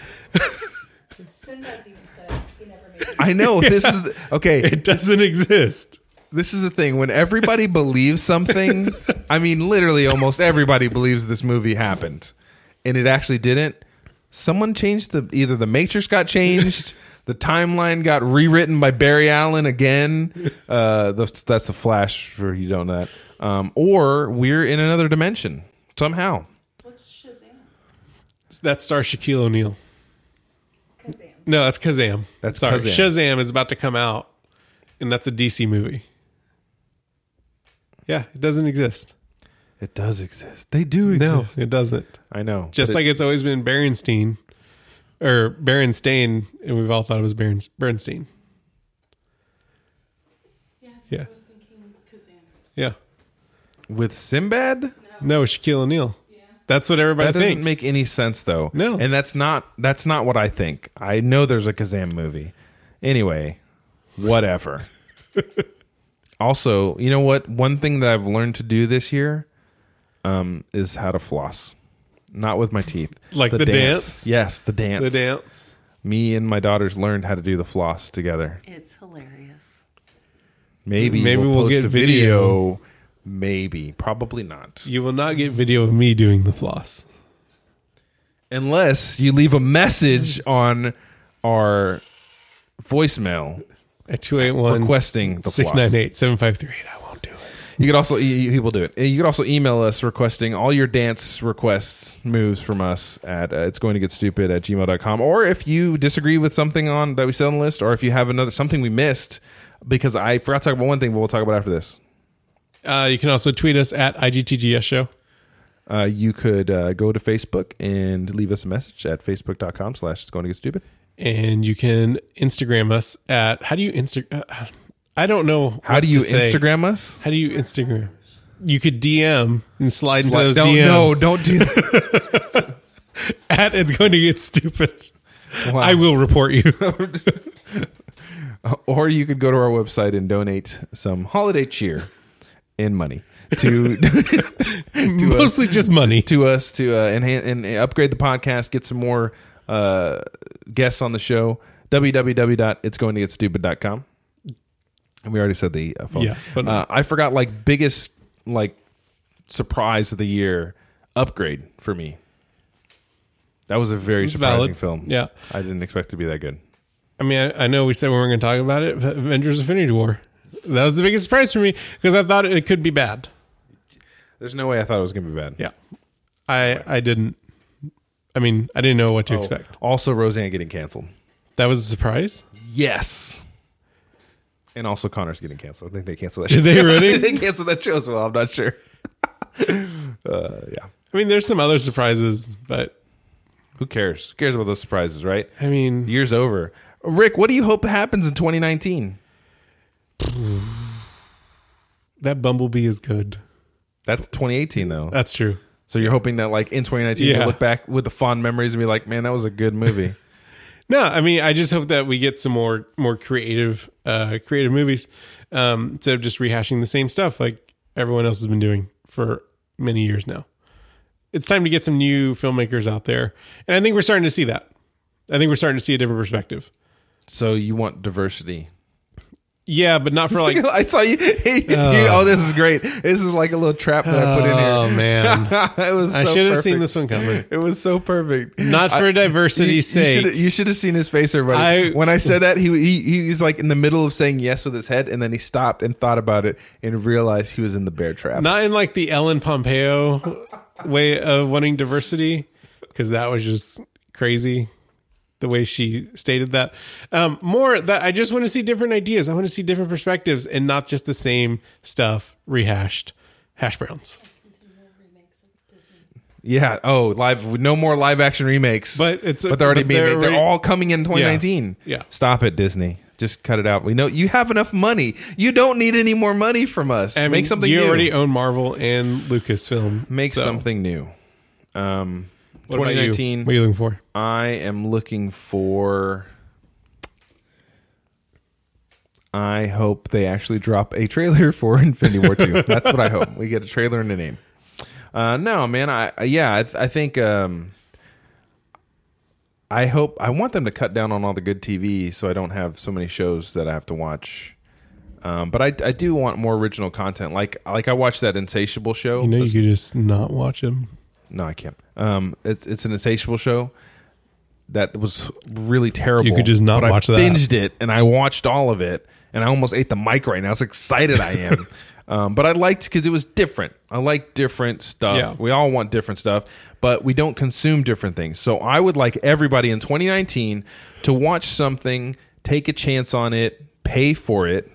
[SPEAKER 4] Sinbad's even said he never made it.
[SPEAKER 1] I know. This is the, okay.
[SPEAKER 2] It doesn't exist.
[SPEAKER 1] this is the thing when everybody believes something i mean literally almost everybody believes this movie happened and it actually didn't someone changed the either the matrix got
[SPEAKER 2] [laughs]
[SPEAKER 1] changed the timeline got rewritten by barry allen again uh, the, that's the flash for you don't know that um, or we're in another dimension somehow
[SPEAKER 4] What's Shazam?
[SPEAKER 2] That's star Shaquille O'Neal.
[SPEAKER 4] Kazam.
[SPEAKER 2] No, that's Kazam.
[SPEAKER 1] That's
[SPEAKER 2] Sorry.
[SPEAKER 1] Kazam.
[SPEAKER 2] Shazam is about to come out, and that's a DC movie. Yeah, it doesn't exist.
[SPEAKER 1] it does exist they do
[SPEAKER 2] No,
[SPEAKER 1] exist
[SPEAKER 2] it doesn't.
[SPEAKER 1] i know
[SPEAKER 2] Just
[SPEAKER 1] But it-
[SPEAKER 2] like it's always been Berenstein or Berenstain, and we've all thought it was Berens, Berenstein.
[SPEAKER 4] Yeah,
[SPEAKER 2] Yeah.
[SPEAKER 4] I was thinking Kazam.
[SPEAKER 2] Yeah.
[SPEAKER 1] with sinbad
[SPEAKER 2] No, Shaquille O'Neal. That's what everybody
[SPEAKER 1] That doesn't
[SPEAKER 2] thinks.
[SPEAKER 1] make any sense though.
[SPEAKER 2] No.
[SPEAKER 1] And that's not that's not what I think. I know there's a Kazam movie. Anyway,
[SPEAKER 2] [laughs]
[SPEAKER 1] whatever. also, you know what? One thing that I've learned to do this year um, is how to floss. Not with my teeth.
[SPEAKER 2] [laughs] Like the dance?
[SPEAKER 1] Yes, the dance.
[SPEAKER 2] the dance.
[SPEAKER 1] Me and my daughters learned how to do the floss together.
[SPEAKER 4] It's hilarious.
[SPEAKER 1] Maybe
[SPEAKER 2] Maybe we'll
[SPEAKER 1] post
[SPEAKER 2] get
[SPEAKER 1] a video. Maybe. Probably not.
[SPEAKER 2] You will not get video of me doing the floss.
[SPEAKER 1] unless you leave a message on our voicemail
[SPEAKER 2] At 281
[SPEAKER 1] requesting the floss.
[SPEAKER 2] 698 7538. I won't do it.
[SPEAKER 1] You could also he will do it. You could also email us requesting all your dance requests moves from us at uh, it's going to get stupid at gmail.com. Or if you disagree with something on that we said on the list, or if you have another something we missed, because I forgot to talk about one thing, but we'll talk about it after this.
[SPEAKER 2] Uh, you can also tweet us at IGTGS show.
[SPEAKER 1] Uh, you could uh, go to Facebook and leave us a message at facebook.com slash it's going to get stupid.
[SPEAKER 2] And you can Instagram us at how do you Instagram? Uh, I don't know.
[SPEAKER 1] How
[SPEAKER 2] what
[SPEAKER 1] do you
[SPEAKER 2] to say.
[SPEAKER 1] Instagram us?
[SPEAKER 2] How do you Instagram? You could DM and slide into those
[SPEAKER 1] don't,
[SPEAKER 2] DMs. [laughs]
[SPEAKER 1] no, don't do that.
[SPEAKER 2] At it's going to get stupid.
[SPEAKER 1] Wow.
[SPEAKER 2] I will
[SPEAKER 1] [laughs]
[SPEAKER 2] report you.
[SPEAKER 1] or you could go to our website and donate some holiday cheer and money to [laughs]
[SPEAKER 2] Mostly just money.
[SPEAKER 1] to us to uh, enhance and upgrade the podcast, get some more uh, guests on the show. www.itsgoingtogetstupid.com. And we already said the uh, phone.
[SPEAKER 2] Yeah, but-
[SPEAKER 1] uh, I forgot like biggest like surprise of the year upgrade for me. That was a very
[SPEAKER 2] It's
[SPEAKER 1] surprising
[SPEAKER 2] valid.
[SPEAKER 1] film.
[SPEAKER 2] Yeah.
[SPEAKER 1] I didn't expect it to be that good.
[SPEAKER 2] I mean, I, I know we said we weren't going to talk about it, but Avengers Infinity War. That was the biggest surprise for me because I thought it could be bad.
[SPEAKER 1] There's no way I thought it was going to be bad.
[SPEAKER 2] Yeah. I I didn't. I mean, I didn't know what to
[SPEAKER 1] Oh,
[SPEAKER 2] expect.
[SPEAKER 1] Also, Roseanne getting canceled.
[SPEAKER 2] That was a surprise.
[SPEAKER 1] Yes. And also, Connor's getting canceled. I think [laughs] they canceled that.
[SPEAKER 2] Did
[SPEAKER 1] show.
[SPEAKER 2] they really?
[SPEAKER 1] they canceled that show as well. I'm not sure. [laughs] uh, yeah.
[SPEAKER 2] I mean, there's some other surprises, but
[SPEAKER 1] Who cares? Who cares about those surprises, right?
[SPEAKER 2] I mean,
[SPEAKER 1] The year's over. Rick, what do you hope happens in 2019?
[SPEAKER 2] that Bumblebee is good.
[SPEAKER 1] That's 2018 though.
[SPEAKER 2] That's true.
[SPEAKER 1] So you're hoping that like in 2019
[SPEAKER 2] Yeah.
[SPEAKER 1] you'll look back with the fond memories and be like, man, that was a good [laughs] movie.
[SPEAKER 2] No, I mean, I just hope that we get some more more creative uh creative movies um instead of just rehashing the same stuff like everyone else has been doing for many years now. It's time to get some new filmmakers out there. And I think we're starting to see that. I think we're starting to see a different perspective.
[SPEAKER 1] so you want diversity.
[SPEAKER 2] Yeah, but not for like
[SPEAKER 1] [laughs] I saw you. you- oh, this is great. This is like a little trap that I [laughs] put in here.
[SPEAKER 2] Oh man.
[SPEAKER 1] [laughs] it was.
[SPEAKER 2] I
[SPEAKER 1] so
[SPEAKER 2] should have
[SPEAKER 1] perfect.
[SPEAKER 2] seen this one
[SPEAKER 1] [laughs]
[SPEAKER 2] coming.
[SPEAKER 1] It was so perfect.
[SPEAKER 2] Not for
[SPEAKER 1] I- you, you
[SPEAKER 2] diversity's sake.
[SPEAKER 1] shoulda- you should have seen his face, everybody.
[SPEAKER 2] I-
[SPEAKER 1] when I said that, he, he he was like in the middle of saying yes with his head, and then he stopped and thought about it and realized he was in the bear trap.
[SPEAKER 2] not in like the Ellen Pompeo way of wanting diversity, because that was just crazy the way she stated that. Um, more that I just want to see different ideas. I want to see different perspectives and not just the same stuff rehashed. Hash browns,
[SPEAKER 1] yeah. Oh, live. No more live action remakes.
[SPEAKER 2] but it's
[SPEAKER 1] but they're already
[SPEAKER 2] but
[SPEAKER 1] being.
[SPEAKER 2] they're
[SPEAKER 1] made. They're
[SPEAKER 2] already-
[SPEAKER 1] all coming in 2019.
[SPEAKER 2] Yeah. Yeah.
[SPEAKER 1] Stop it, Disney. Just cut it out. We know you have enough money. You don't need any more money from us.
[SPEAKER 2] I mean,
[SPEAKER 1] Make something
[SPEAKER 2] You
[SPEAKER 1] new.
[SPEAKER 2] already own Marvel and Lucasfilm.
[SPEAKER 1] Make
[SPEAKER 2] so
[SPEAKER 1] something new. Um,
[SPEAKER 2] what about you?
[SPEAKER 1] 2019.
[SPEAKER 2] What are you looking for?
[SPEAKER 1] I am looking for. I hope they actually drop a trailer [laughs] for Infinity War 2. That's what I hope. We get a trailer and a name. Uh, no, man. I I- yeah. I, th- I think. Um, I hope I want them to cut down on all the good TV, so I don't have so many shows that I have to watch. Um, but I, I do want more original content. Like like I watched that Insatiable show.
[SPEAKER 2] You know,
[SPEAKER 1] Those-
[SPEAKER 2] you could just not watch them.
[SPEAKER 1] no, I can't. Um, it's it's an insatiable show that was really terrible.
[SPEAKER 2] You could just not
[SPEAKER 1] but
[SPEAKER 2] watch
[SPEAKER 1] I
[SPEAKER 2] that.
[SPEAKER 1] Binged it, and I watched all of it, and I almost ate the mic right now. How excited I
[SPEAKER 2] [laughs]
[SPEAKER 1] am. um, but I liked because it was different. I like different stuff.
[SPEAKER 2] Yeah.
[SPEAKER 1] We all want different stuff, but we don't consume different things. So I would like everybody in 2019 to watch something, take a chance on it, pay for it,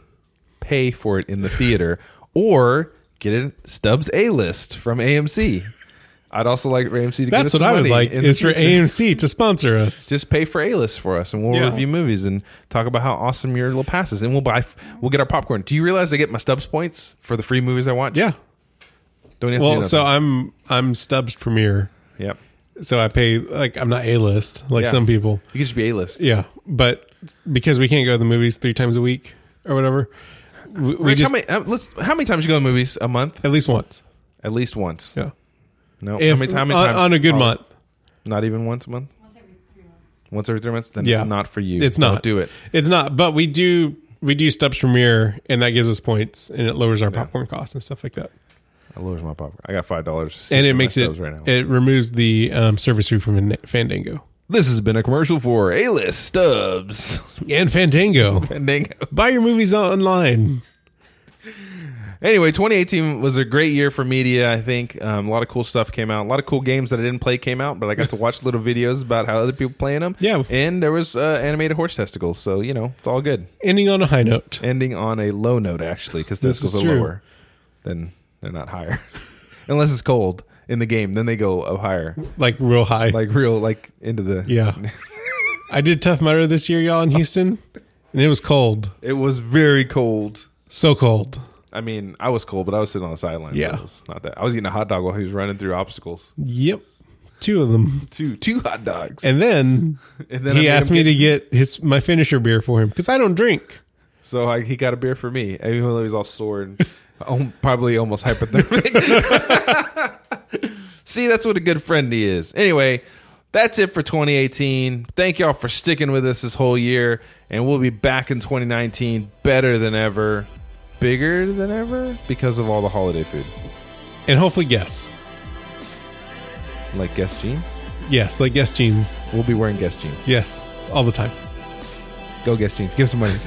[SPEAKER 1] pay for it in the theater, or get a Stubbs A list from AMC. I'd also like AMC to give us
[SPEAKER 2] That's what
[SPEAKER 1] some
[SPEAKER 2] I would
[SPEAKER 1] money
[SPEAKER 2] like
[SPEAKER 1] in the
[SPEAKER 2] is for
[SPEAKER 1] future.
[SPEAKER 2] AMC to sponsor us.
[SPEAKER 1] Just pay for A list for us, and we'll
[SPEAKER 2] Yeah.
[SPEAKER 1] review movies and talk about how awesome your little pass is, and we'll buy. We'll get our popcorn. Do you realize I get my Stubbs points for the free movies I watch?
[SPEAKER 2] Yeah.
[SPEAKER 1] Don't even have to
[SPEAKER 2] Well,
[SPEAKER 1] do
[SPEAKER 2] so
[SPEAKER 1] nothing.
[SPEAKER 2] I'm I'm Stubbs Premier,
[SPEAKER 1] yep.
[SPEAKER 2] so I pay like I'm not A list like
[SPEAKER 1] Yeah.
[SPEAKER 2] some people.
[SPEAKER 1] You could just be A list.
[SPEAKER 2] Yeah, but because we can't go to the movies three times a week or whatever, we, we
[SPEAKER 1] Rick,
[SPEAKER 2] just
[SPEAKER 1] how many? uh, let's- how many times you go to movies a month?
[SPEAKER 2] at least once.
[SPEAKER 1] At least once.
[SPEAKER 2] Yeah,
[SPEAKER 1] No.
[SPEAKER 2] if,
[SPEAKER 1] how many, how many
[SPEAKER 2] on,
[SPEAKER 1] times?
[SPEAKER 2] on a good
[SPEAKER 1] Oh,
[SPEAKER 2] month.
[SPEAKER 1] Not even once a month.
[SPEAKER 4] Once every three months.
[SPEAKER 1] Once every three months. Then
[SPEAKER 2] Yeah.
[SPEAKER 1] it's not for you.
[SPEAKER 2] It's
[SPEAKER 1] Don't
[SPEAKER 2] not.
[SPEAKER 1] do it.
[SPEAKER 2] It's not, but we do we do Stubbs Premier, and that gives us points, and it lowers our popcorn costs and stuff like that.
[SPEAKER 1] I lowers my popcorn. I got five dollars.
[SPEAKER 2] and it makes it
[SPEAKER 1] right now.
[SPEAKER 2] it removes the um, service fee from Fan- Fandango
[SPEAKER 1] This has been a commercial for A List Stubbs. [laughs]
[SPEAKER 2] and Fandango.
[SPEAKER 1] And then-
[SPEAKER 2] Buy your movies online.
[SPEAKER 1] anyway, 2018 was a great year for media, I think. Um, a lot of cool stuff came out. A lot of cool games that I didn't play came out, but I got to watch little videos about how other people playing them.
[SPEAKER 2] Yeah.
[SPEAKER 1] And there was uh, animated horse testicles. So, you know, it's all good.
[SPEAKER 2] Ending on a high note.
[SPEAKER 1] Ending on a low note, actually, because
[SPEAKER 2] This
[SPEAKER 1] testicles
[SPEAKER 2] is
[SPEAKER 1] are
[SPEAKER 2] true.
[SPEAKER 1] lower. Then they're not higher. [laughs] Unless it's cold in the game, then they go up higher.
[SPEAKER 2] Like real high.
[SPEAKER 1] Like real, like into the.
[SPEAKER 2] yeah. I did Tough Mudder this year, y'all, in Houston, and it was cold.
[SPEAKER 1] It was very cold.
[SPEAKER 2] So cold.
[SPEAKER 1] I mean, I was cold, but I was sitting on the sidelines.
[SPEAKER 2] Yeah.
[SPEAKER 1] so it was not that. I was eating a hot dog while he was running through obstacles.
[SPEAKER 2] Yep. Two of them.
[SPEAKER 1] Two, two hot dogs.
[SPEAKER 2] And then,
[SPEAKER 1] And then I
[SPEAKER 2] he
[SPEAKER 1] made
[SPEAKER 2] asked
[SPEAKER 1] him
[SPEAKER 2] me
[SPEAKER 1] get-
[SPEAKER 2] to get his my finisher beer for him because I don't drink.
[SPEAKER 1] So I, he got a beer for me, even though he was all sore [laughs] and um, probably almost hypothermic. [laughs] See, that's what a good friend he is. Anyway, that's it for 2018. Thank y'all for sticking with us this whole year, and we'll be back in 2019 better than ever, bigger than ever because of all the holiday food,
[SPEAKER 2] And hopefully, guess.
[SPEAKER 1] like guest jeans.
[SPEAKER 2] Yes, like yes jeans.
[SPEAKER 1] We'll be wearing guest jeans.
[SPEAKER 2] Yes, all the time.
[SPEAKER 1] Go guest jeans. Give some money.